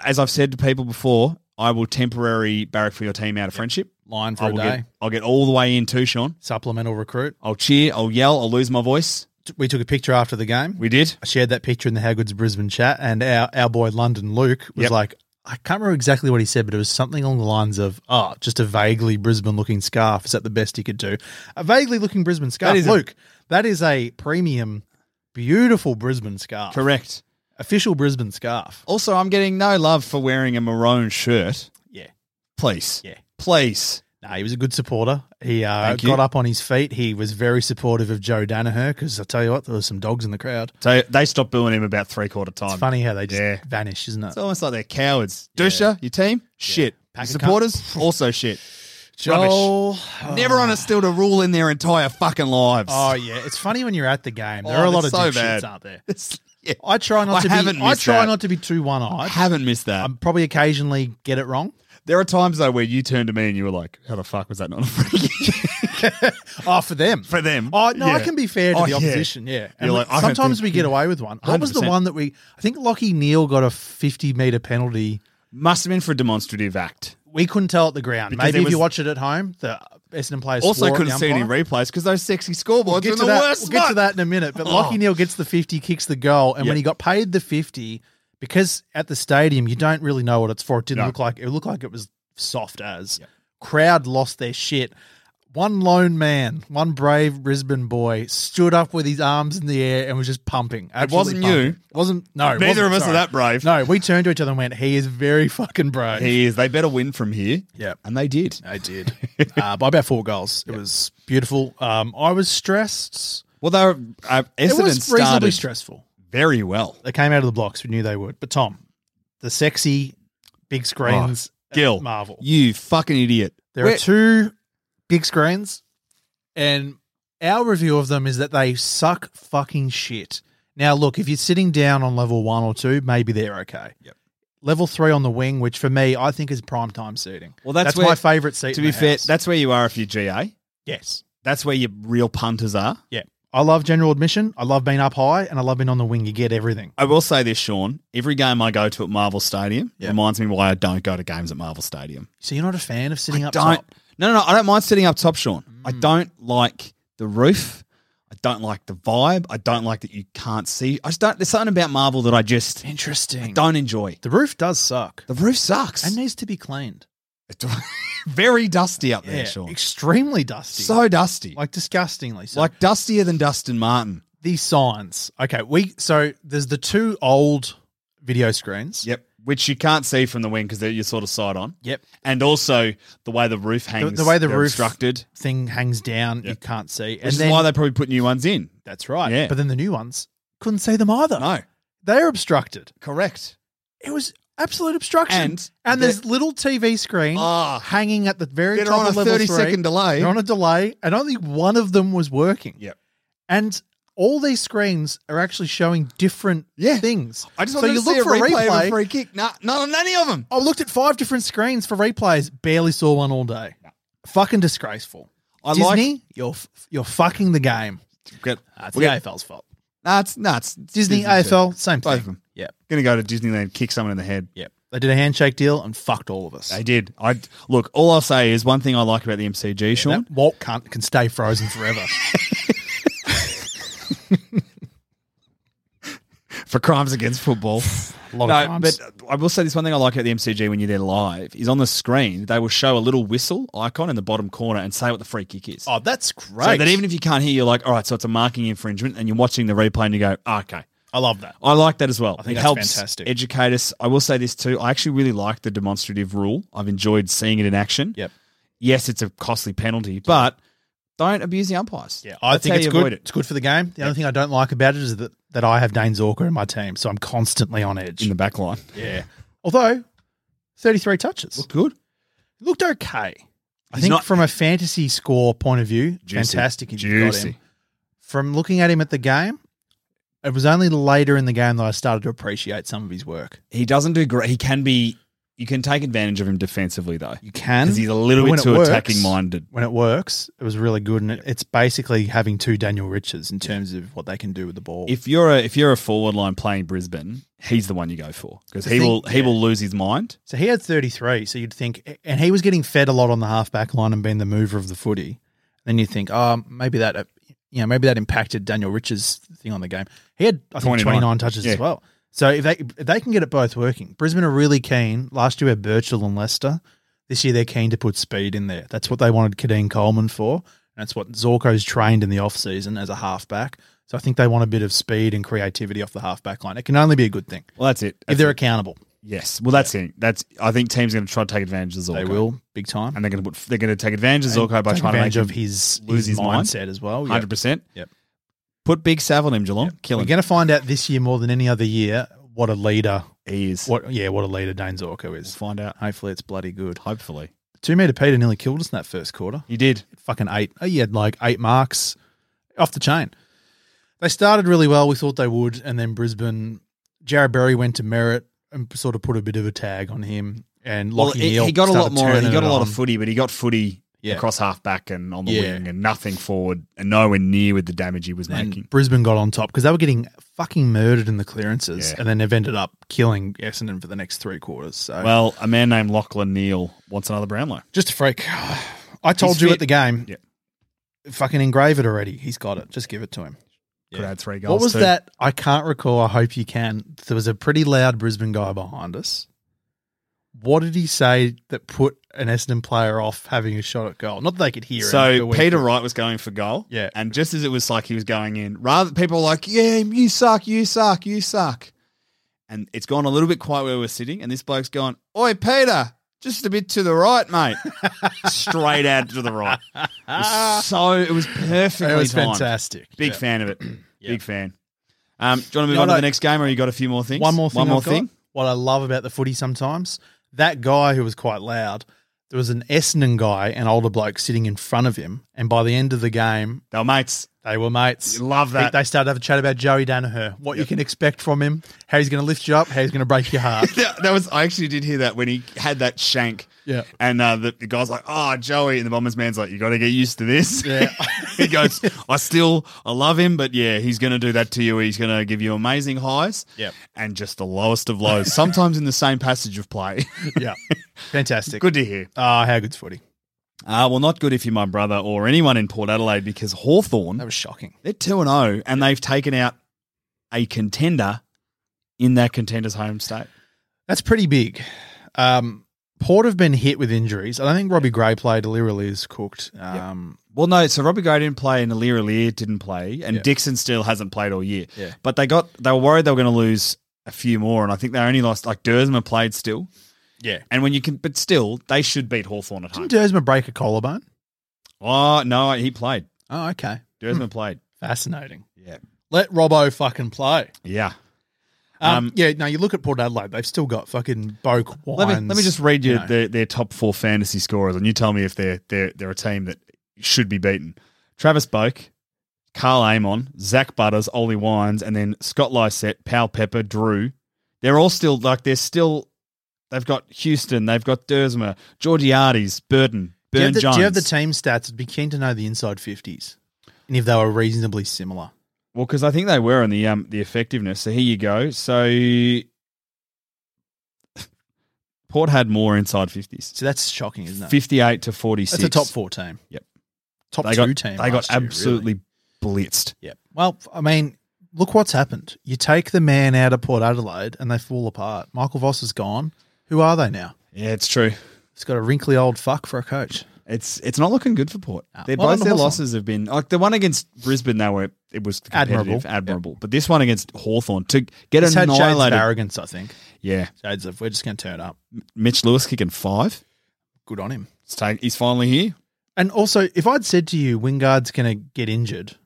As I've said to people before, I will temporary barrack for your team out of friendship. Line for I a will day. Get, I'll get all the way in too, Sean. Supplemental recruit. I'll cheer. I'll yell. I'll lose my voice. T- We took a picture after the game. We did. I shared that picture in the How Good's Brisbane chat, and our, our boy London Luke was Yep. like, I can't remember exactly what he said, but it was something along the lines of, oh, just a vaguely Brisbane looking scarf. Is that the best he could do? A vaguely looking Brisbane scarf. That is a- Luke, that is a premium, beautiful Brisbane scarf. Correct. Official Brisbane scarf. Also, I'm getting no love for wearing a maroon shirt. Yeah. Please. Yeah. Please. Nah, he was a good supporter. He uh, Thank you. got up on his feet. He was very supportive of Joe Danaher because I tell you what, there was some dogs in the crowd. So they stopped booing him about three quarter time. It's funny how they just Yeah. vanish, isn't it? It's almost like they're cowards. Dusha, your team? Shit. Pack Your of supporters? also shit. Joel- Rubbish. Never understood a rule in their entire fucking lives. Oh yeah, it's funny when you're at the game. There Oh, are a lot of that's so so bad. aren't there? It's- yeah. I try not I to haven't be. I missed try that. not to be too one I eyed. haven't missed that. I probably occasionally get it wrong. there are times though where you turned to me and you were like, "How the fuck was that not a free kick?" Oh, for them, For them. Oh no, I Yeah. can be fair to Oh, the yeah. opposition. Yeah, and You're like, I don't sometimes think- we get away with one. What was the 100%. one that we? I think Lockie Neal got a 50 meter penalty. Must have been for a demonstrative act. We couldn't tell at the ground. Because Maybe it if you was- watch it at home, the Essendon players swore Also, at the couldn't see any umpire. replays because those sexy scoreboards We'll were get, the to that, worst. we'll get to one. that in a minute. But Lockie Oh. Neal gets the 50, kicks the goal. And when Yeah. he got paid the 50, because at the stadium, you don't really know what it's for. It didn't No. look like it looked like it was soft as. Crowd lost their shit. One lone man, one brave Brisbane boy, stood up with his arms in the air and was just pumping. It wasn't absolutely you. pumping. Wasn't no. it Neither wasn't, of us sorry. are that brave. No, we turned to each other and went, "He is very fucking brave." He is. They better win from here. Yeah. And they did. I did uh, by about four goals. It was beautiful. Um, I was stressed. Well, they were, uh, It Essendon was reasonably started stressful. very well. They came out of the blocks. We knew they would. But Tom, the sexy big screens, Oh, Gil, Marvel. You fucking idiot. There are two big screens, and our review of them is that they suck fucking shit. Now, look, if you're sitting down on level one or two, maybe they're okay. Yep. Level three on the wing, which for me, I think is prime time seating. Well, that's, where, my favorite seat. To in be the fair, house. that's where you are if you're GA. yes, That's where your real punters are. yeah. I love general admission. I love being up high, and I love being on the wing. You get everything. I will say this, Sean. Every game I go to at Marvel Stadium Yeah. reminds me why I don't go to games at Marvel Stadium. So you're not a fan of sitting up Don't. top. No, no, no. I don't mind sitting up top, Sean. Mm. I don't like the roof. I don't like the vibe. I don't like that you can't see. I just don't. There's something about Marvel that I just Interesting. I don't enjoy. The roof does suck. The roof sucks. and needs to be cleaned. Very dusty up Yeah, there, Sean. extremely dusty. So dusty. like disgustingly so. like dustier than Dustin Martin. these signs. Okay, we so there's the two old video screens. Yep. Which you can't see from the wing because you're sort of side on. Yep. And also the way the roof The, hangs. the way the they're roof obstructed. thing hangs down, you Yep. can't see. Which is why they probably put new ones in. that's right. Yeah. But then the new ones couldn't see them either. No. They're obstructed. Correct. It was absolute obstruction. And there's the- little TV screen Ah. hanging at the very They're top on of a level 30 three. second delay. They're on a delay, and only one of them was working. Yep. And all these screens are actually showing different Yeah. things. I just so wanted you to look see for a replay, of a free kick. Nah, not on any of them. I looked at five different screens for replays. Barely saw one all day. Fucking disgraceful. I Disney, you're f- you're fucking the game. Good. That's We're the gonna- AFL's fault. Nah, it's nah, it's Disney, too. AFL, same Both thing. of them. Yeah, Gonna go to Disneyland, kick someone in the head. yeah. They did a handshake deal and fucked all of us. They did. I look. All I'll say is one thing I like about the MCG, Sean. That Walt cunt can stay frozen forever. for crimes against football. A lot of no, crimes. but I will say this one thing I like about the MCG when you're there live is on the screen they will show a little whistle icon in the bottom corner and say what the free kick is. oh, that's great. So that even if you can't hear, you're like, all right, so it's a marking infringement, and you're watching the replay and you go, "Ah, okay. I love that. I like that as well. I think it that's helps fantastic. educate us. I will say this too. I actually really like the demonstrative rule. I've enjoyed seeing it in action. Yep. Yes, it's a costly penalty, but don't abuse the umpires. Yeah, I That's think how it's you good. avoid It's good for the game. The only thing I don't like about it is that, that I have Dane Zorka in my team, so I'm constantly on edge. in the back line. yeah. Although, 33 touches. Look good. looked okay. I He's think not- from a fantasy score point of view, Juicy. fantastic if you got Juicy. him. From looking at him at the game, it was only later in the game that I started to appreciate some of his work. He doesn't do great. He can be. You can take advantage of him defensively though. You can 'Cause he's a but little bit when it too attacking-minded. When it works, it was really good, and it, it's basically having two Daniel Riches in terms of what they can do with the ball. If you're a if you're a forward line playing Brisbane, he's the one you go for because The he thing- will he yeah. will lose his mind. So he had 33. So you'd think, and he was getting fed a lot on the halfback line and being the mover of the footy. Then you think, oh, maybe that, uh, you know, maybe that impacted Daniel Rich's thing on the game. He had, I think, 29, 29. touches Yeah. as well. So if they if they can get it both working, Brisbane are really keen. Last year we had Birchall and Leicester. This year they're keen to put speed in there. That's what they wanted Kadeen Coleman for. And that's what Zorko's trained in the off season as a halfback. So I think they want a bit of speed and creativity off the halfback line. It can only be a good thing Well, that's it. if That's they're it. accountable. yes, well that's it. That's I think teams are going to try to take advantage of Zorko. They will big time. and they're going to put they're going to take advantage of Zorko by Take trying to advantage make of him his, lose his his Oh, mind. mindset as well. hundred percent. Yep. Put Big Sav on him, Geelong. Kill We're him. going to find out this year more than any other year what a leader, he is. what yeah, what a leader Dane Zorko is. We'll find out. Hopefully, it's bloody good. Hopefully, Two meter Peter nearly killed us in that first quarter. he did. Fucking eight. Oh, He had like eight marks off the chain. They started really well. We thought they would, and then Brisbane. Jared Berry went to Merritt and sort of put a bit of a tag on him. And Lockie he, Neal he got a lot started more. He turning got it a lot of on. footy, but he got footy Yeah. across half back and on the Yeah. wing, and nothing forward, and nowhere near with the damage he was making. And Brisbane got on top because they were getting fucking murdered in the clearances, Yeah. and then they've ended up killing Essendon for the next three quarters. So Well, a man named Lachlan Neal wants another Brownlow. just a freak. I told He's you fit. at the game, Yeah. fucking engrave it already. He's got it. Just give it to him. Could add three goals. What was too. that? I can't recall. I hope you can. There was a pretty loud Brisbane guy behind us. What did he say that put an Essendon player off having a shot at goal? Not that they could hear him. So but we- Peter Wright was going for goal. Yeah. And just as it was like he was going in, rather people were like, Yeah, you suck, you suck, you suck. And it's gone a little bit quiet where we're sitting, and this bloke's gone, Oi, Peter, just a bit to the right, mate. Straight out to the right. It was so it was perfectly It was timed. fantastic. Big Yeah. fan of it. Big fan. Um, do you want to move No, on no. to the next game or you got a few more things? One more thing. One more I've got, thing. what I love about the footy sometimes, that guy who was quite loud, there was an Essendon guy, an older bloke, sitting in front of him. And by the end of the game, they were mates. They were mates. love that. They, they started to have a chat about Joey Danaher, what you can expect from him, how he's going to lift you up, how he's going to break your heart. that, that was I actually did hear that when he had that shank. Yeah. And uh, the, the guy's like, "Oh, Joey," and the Bombers man's like, "You got to get used to this." Yeah. he goes, "I still, I love him, but yeah, he's going to do that to you. He's going to give you amazing highs, Yep. and just the lowest of lows. Sometimes in the same passage of play. yeah. Fantastic. Good to hear. Ah, how good's footy? Uh, well, not good if you're my brother or anyone in Port Adelaide because Hawthorn That was shocking. They're 2 and 0, and they've taken out a contender in that contender's home state. That's pretty big. Um, Port have been hit with injuries. I don't think Robbie Gray played. Literally is cooked. Um, Well, no. So Robbie Gray didn't play, and Alir Alir didn't play, and Yeah. Dixon still hasn't played all year. Yeah. But they got they were worried they were going to lose a few more, and I think they only lost like Dersma played still. Yeah. And when you can, but still, they should beat Hawthorn at home. Didn't Dersma break a collarbone? oh no, he played. Oh, okay. Dersma played. Fascinating. Yeah. Let Robbo fucking play. Yeah. Um, Um, yeah, no, you look at Port Adelaide, they've still got fucking Bo Quines. Let me, let me just read you know. their, their top four fantasy scorers, and you tell me if they're they're they're a team that should be beaten. Travis Boak, Carl Amon, Zach Butters, Ollie Wines, and then Scott Lysette, Powell Pepper, Drew. They're all still like they're still. They've got Houston, they've got Dersma, Georgiades, Burton, do, you Burn have the, do Jones. you have the team stats? I'd be keen to know the inside 50s and if they were reasonably similar. Well, because I think they were in the um the effectiveness. So here you go. So Port had more inside fifties. So that's shocking, isn't it? Fifty-eight to forty-six. That's a top four team. Yep. Top they two got, team. They got last year, really. absolutely blitzed. Yep. Well, I mean, look what's happened. You take the man out of Port Adelaide and they fall apart. Michael Voss is gone. Who are they now? Yeah, it's true. It's got a wrinkly old fuck for a coach. It's it's not looking good for Port. They're Uh, Well done, both their Hawthorn. losses have been like the one against Brisbane. They were it was competitive, Admirable. admirable, but this one against Hawthorn to get It's had shades of annihilated. arrogance, I think. yeah, Shades of, we're just going to turn up. Mitch Lewis kicking five. Good on him. It's take, he's finally here. And also, if I'd said to you, Wingard's going to get injured,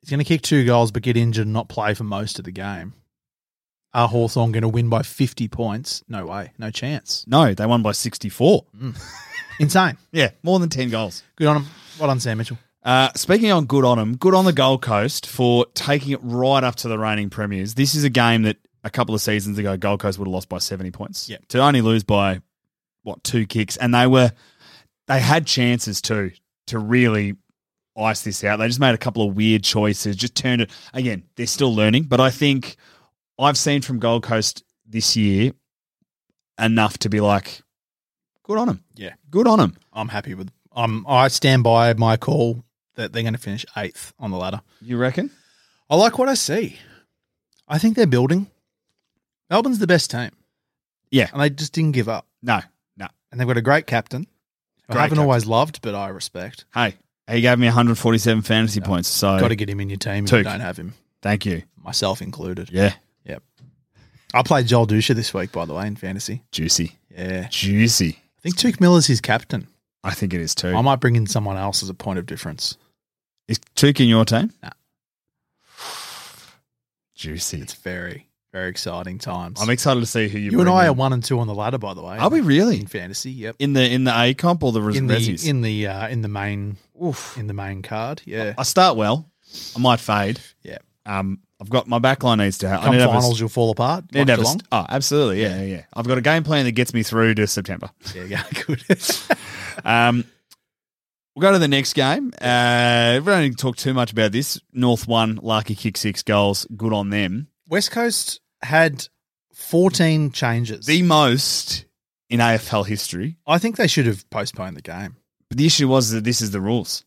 he's going to kick two goals but get injured and not play for most of the game, are Hawthorn going to win by 50 points? No way. No chance. No, they won by sixty four. Mm. Insane. Yeah, more than ten goals. Good on him. Well done, Sam Mitchell. Uh, speaking on good on them, good on the Gold Coast for taking it right up to the reigning premiers. This is a game that a couple of seasons ago Gold Coast would have lost by seventy points. Yep. to only lose by what two kicks, and they were they had chances too to really ice this out. They just made a couple of weird choices, just turned it again. They're still learning, but I think I've seen from Gold Coast this year enough to be like, good on them. Yeah. good on them. I'm happy with um, I stand by my call that they're going to finish eighth on the ladder. You reckon? I like what I see. I think they're building. Melbourne's the best team. Yeah. And they just didn't give up. No, no. And they've got a great captain. who I Great haven't captain. always loved, but I respect. Hey, he gave me 147 fantasy points. So Got to get him in your team if Took. you don't have him, Thank you. myself included. Yeah, Yep. I played Joel Dusha this week, by the way, in fantasy. juicy, Yeah. juicy. I think Tuke Miller's his captain. I think it is too. I might bring in someone else as a point of difference. is Tuke in your team? Nah. Juicy. It's very, very exciting times. I'm excited to see who you. you, and bring I in. are one and two on the ladder, by the way. Are we really in fantasy? Yep. in the in the A comp or the res- In the resis? in the uh, in the main in the main card. Yeah. I start well. I might fade. Yeah. Um, I've got my back line needs to have. I Come need to have a- finals, you'll fall apart. need Like to have a Geelong. st- oh, absolutely. Yeah, yeah, yeah. I've got a game plan that gets me through to September. Yeah, yeah, good. Um, we'll go to the next game. Uh, we don't need to talk too much about this. North one, Larky kick six goals. Good on them. West Coast had 14 changes. The most in AFL history. I think they should have postponed the game. But the issue was that this is the rules.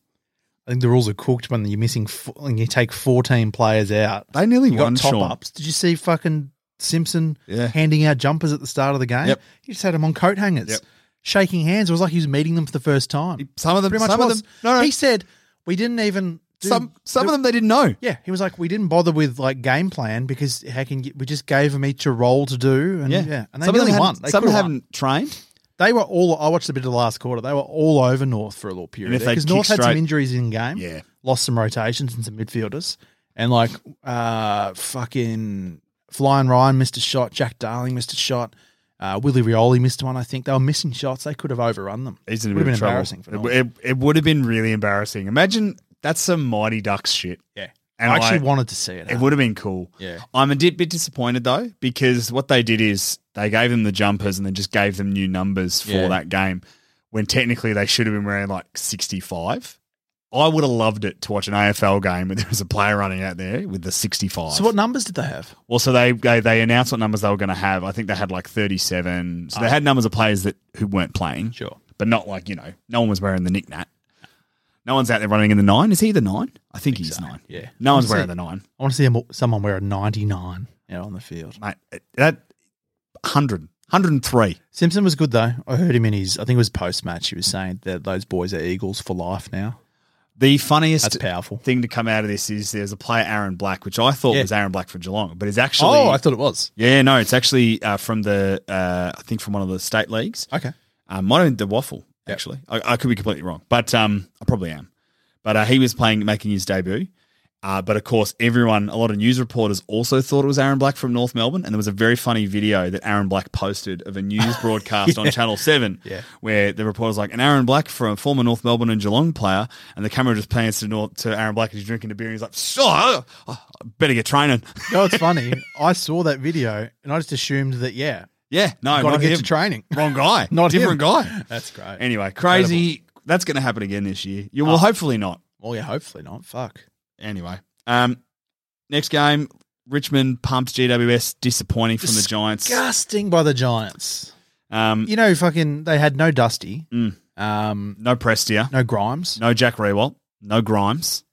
I think the rules are cooked when you're missing f- and you take 14 players out. They nearly You won. got top Sean. ups. Did you see fucking Simpson handing out jumpers at the start of the game. Yep. He just had them on coat hangers, Yep. shaking hands. It was like he was meeting them for the first time. Some of them- pretty much some of was. them- no, no. He said we didn't even. do- Some- some of them they didn't know. Yeah, he was like, we didn't bother with like game plan because how can you, we just gave them each a role to do, and yeah, and they some of them nearly hadn't- won. They some could've won. haven't trained. They were all. I watched a bit of the last quarter. They were all over North for a little period And if they because North kick had some straight- injuries in game. Yeah. lost some rotations and some midfielders, and like uh, fucking Flying Ryan missed a shot. Jack Darling missed a shot. Uh, Willie Rioli missed one. I think they were missing shots. They could have overrun them. He's in a Would have bit been of trouble. embarrassing for It, North. w- it, it would have been really embarrassing. Imagine that's some Mighty Ducks shit. Yeah. I actually wanted to see it It happen. would have been cool. Yeah. I'm a di- bit disappointed though because what they did is they gave them the jumpers and then just gave them new numbers for Yeah. that game when technically they should have been wearing like 65. I would have loved it to watch an AFL game where there was a player running out there with the 65. So what numbers did they have? Well, so they, they they announced what numbers they were going to have. I think they had like 37. So they Ah. had numbers of players that who weren't playing. Sure. But not like, you know, no one was wearing the knick-knack. No one's out there running in the nine. Is he the nine? I think, he's nine. Yeah. No one's I wanna wearing see- the nine. I want to see a mo- someone wear a ninety-nine out on the field. Mate, that 100, 103. Simpson was good though. I heard him in his. I think it was post match. He was saying that those boys are Eagles for life now. The funniest That's powerful. thing to come out of this is there's a player, Aaron Black, which I thought Yeah. was Aaron Black from Geelong, but it's actually. oh, I thought it was. Yeah, no, it's actually uh, from the, uh, I think from one of the state leagues. Okay. Um, might have been the waffle Yep. actually. I, I could be completely wrong, but um, I probably am. But uh, he was playing, making his debut. Uh, but of course, everyone, a lot of news reporters also thought it was Aaron Black from North Melbourne, and there was a very funny video that Aaron Black posted of a news broadcast on Channel Seven, Yeah. where the reporter's like, "An Aaron Black from a former North Melbourne and Geelong player," and the camera just pans to North, to Aaron Black, and he's drinking a beer, and he's like, "Oh, I better get training." No, it's funny. I saw that video and I just assumed that yeah, Yeah, no, Gotta not get him. to training. Wrong guy, Not him. different guy. That's great. Anyway, crazy. That's going to happen again this year. You will Oh. hopefully not. Well, yeah, hopefully not. Fuck. Anyway, um, next game, Richmond pumps GWS. Disappointing from the Giants. Disgusting by the Giants. Um, You know, fucking, they had no Dusty, mm, um, no Prestia, no Grimes. no Jack Rewalt, no Grimes.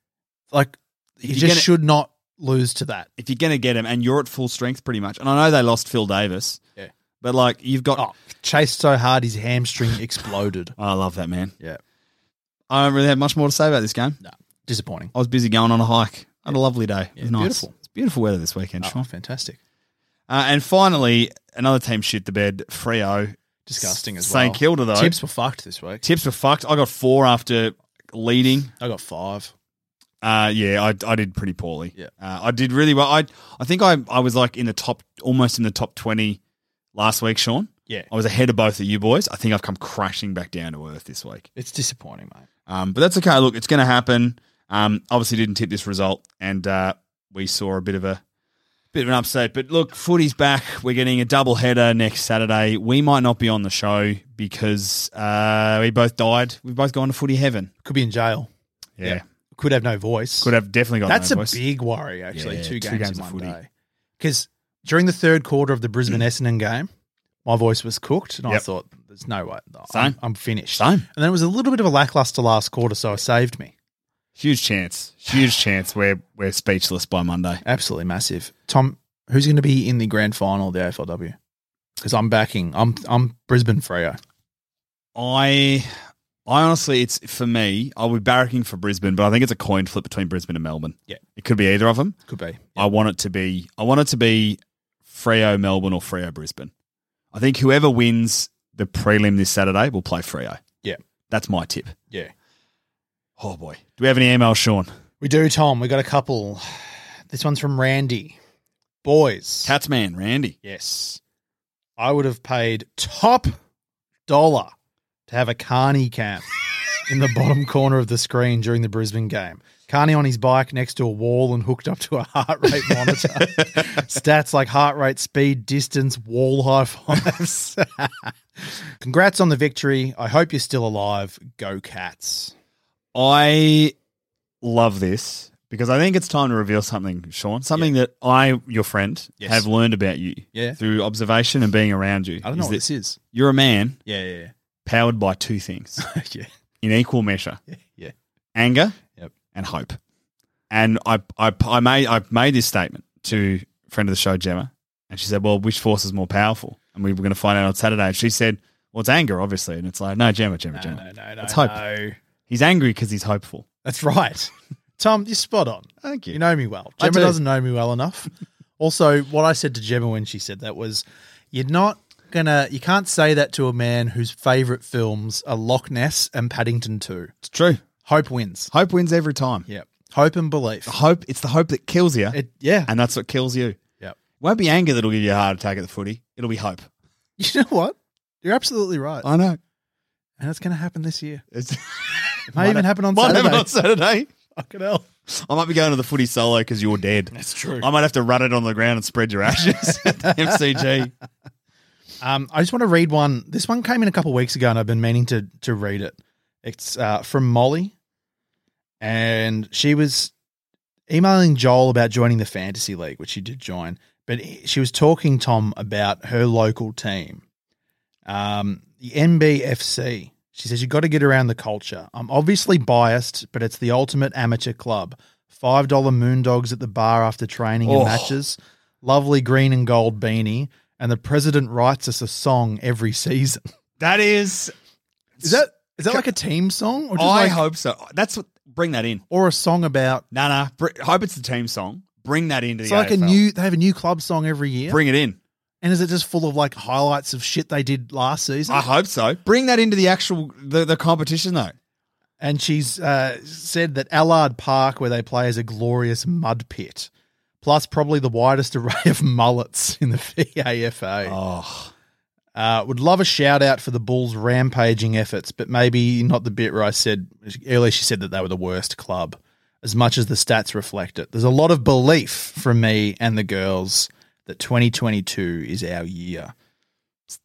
Like, you You're just gonna- should not lose to that. If you're going to get him, and you're at full strength pretty much, and I know they lost Phil Davis, Yeah. but like you've got. Oh, Oh, chased so hard his hamstring exploded. I love that man. Yeah, I don't really have much more to say about this game. disappointing. I was busy going on a hike. I had a lovely day. Yeah, it was nice. beautiful. It's beautiful weather this weekend, Oh, Sean. fantastic. Uh, and finally, another team shit the bed, Frio. Disgusting as well. St Kilda, though. Tips were fucked this week. Tips were fucked. I got four after leading. I got five. Uh, yeah, I, I did pretty poorly. Yeah. Uh, I did really well. I I think I, I was like in the top, almost in the top 20 last week, Sean. Yeah. I was ahead of both of you boys. I think I've come crashing back down to earth this week. It's disappointing, mate. Um, but that's okay. Look, it's going to happen. Um, obviously didn't tip this result, and uh, we saw a bit of a bit of an upset. But look, footy's back. We're getting a double header next Saturday. We might not be on the show because uh, we both died. We've both gone to footy heaven. Could be in jail. Yeah, Could have no voice. could have definitely got That's no a voice. big worry, actually. Yeah, two, two games games in of one footy. day. Because during the third quarter of the Brisbane Essendon game, my voice was cooked, and I Yep. thought, "There's no way, I'm, Same. I'm finished." Same. And then it was a little bit of a lackluster last quarter, so it saved me. huge chance. Huge chance. We're we're speechless by Monday. Absolutely massive. Tom, who's going to be in the grand final of the AFLW? Because I'm backing. I'm I'm Brisbane Freo. I. I honestly, it's for me. I'll be barracking for Brisbane, but I think it's a coin flip between Brisbane and Melbourne. Yeah. it could be either of them. Could be. I want it to be I want it to be Freo Melbourne or Freo Brisbane. I think whoever wins the prelim this Saturday will play Freo. Yeah. That's my tip. Yeah. Oh boy. Do we have any email, Sean? We do, Tom. We got a couple. This one's from Randy. Boys. Catsman, Randy. Yes. I would have paid top dollar to have a Carney camp in the bottom corner of the screen during the Brisbane game. Carney on his bike next to a wall and hooked up to a heart rate monitor. Stats like heart rate, speed, distance, wall high fives. Congrats on the victory. I hope you're still alive. Go Cats. I love this because I think it's time to reveal something, Sean. Something that I, your friend, Yes. have learned about you. Yeah. Through observation and being around you. I don't know what this is. You're a man Yeah, yeah, powered by two things yeah. yeah. in equal measure. Yeah. anger Yep. and hope. And I, I, I made I made this statement to a friend of the show Gemma, And she said, Well, which force is more powerful? And we were going to find out on Saturday. And she said, Well, it's anger, obviously. And it's like, No, Gemma, Gemma, Gemma. No, no, no, it's hope. He's angry because he's hopeful. That's right. Tom, you're spot on. Thank you. You know me well. I Gemma do. doesn't know me well enough. also, what I said to Gemma when she said that was, you're not gonna, you can't say that to a man whose favorite films are Loch Ness and Paddington 2. It's true. Hope wins. Hope wins every time. Yeah. Hope and belief. The hope, it's the hope that kills you. It, yeah. And that's what kills you. Yep. Won't be anger that'll give you a heart attack at the footy. It'll be hope. You know what? You're absolutely right. I know. and it's going to happen this year. It's, It may even happen on might Saturday. happen on Saturday. Fucking hell. I might be going to the footy solo because you're dead. That's true. I might have to run it on the ground and spread your ashes at the MCG. Um, I just want to read one. This one came in a couple of weeks ago, and I've been meaning to to read it. It's uh, from Molly, and she was emailing Joel about joining the fantasy league, which she did join. But he- she was talking Tom about her local team, um, the NBFC. She says you've got to get around the culture. I'm obviously biased, but it's the ultimate amateur club. Five dollar moon dogs at the bar after training Oh. and matches lovely green and gold beanie, and the president writes us a song every season. That is. Is that is that like a team song, or I just like, hope so. That's what. Bring that in. or a song about? No, no. Br- hope it's the team song. Bring that into It's the like a AFL. new. They have a new club song every year, Bring it in. and is it just full of like highlights of shit they did last season? I hope so. Bring that into the actual the, the competition though. and she's uh, said that Allard Park, where they play, is a glorious mud pit, plus probably the widest array of mullets in the VAFA. Oh, Uh, would love a shout out for the Bulls' rampaging efforts, but maybe not the bit where I said earlier she said that they were the worst club, as much as the stats reflect it. There's a lot of belief from me and the girls that 2022 is our year.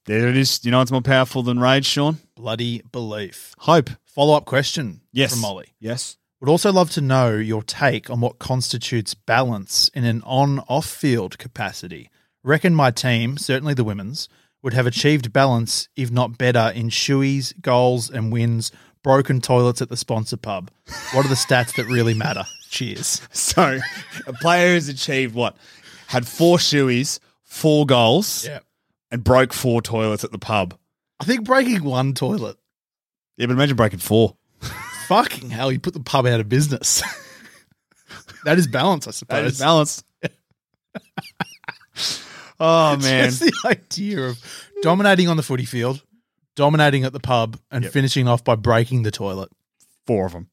there it is. You know what's more powerful than rage, Sean? Bloody belief. Hope. Follow up question Yes. from Molly. Yes. Would also love to know your take on what constitutes balance in an on off field capacity. Reckon my team, certainly the women's, would have achieved balance, if not better, in shoeys, goals, and wins, broken toilets at the sponsor pub. What are the stats that really matter? Cheers. So a player who's achieved what? Had four shoeies, four goals, and broke four toilets at the pub. I think breaking one toilet. Yeah, but imagine breaking four. Fucking hell, you put the pub out of business. that is balance, I suppose. That is balanced. oh man. Just the idea of dominating on the footy field, dominating at the pub, and Yep. finishing off by breaking the toilet. Four of them.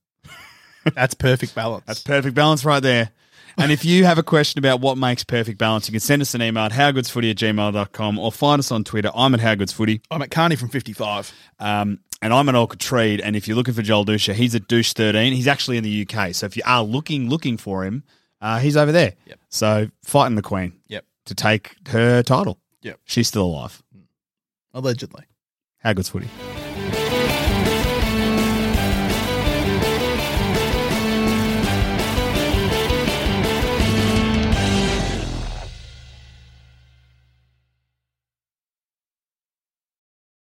That's perfect balance. That's perfect balance right there. And if you have a question about what makes perfect balance, you can send us an email at howgoodsfooty at gmail.com or find us on Twitter. I'm at howgoodsfooty. I'm at Carney from 55. Um, and I'm at Alcatreed. And if you're looking for Joel Dusha, he's at Douche 13. He's actually in the UK. So if you are looking, looking for him, uh, he's over there. Yep. So fighting the Queen Yep. to take her title. Yep. She's still alive. Allegedly. How good's footy?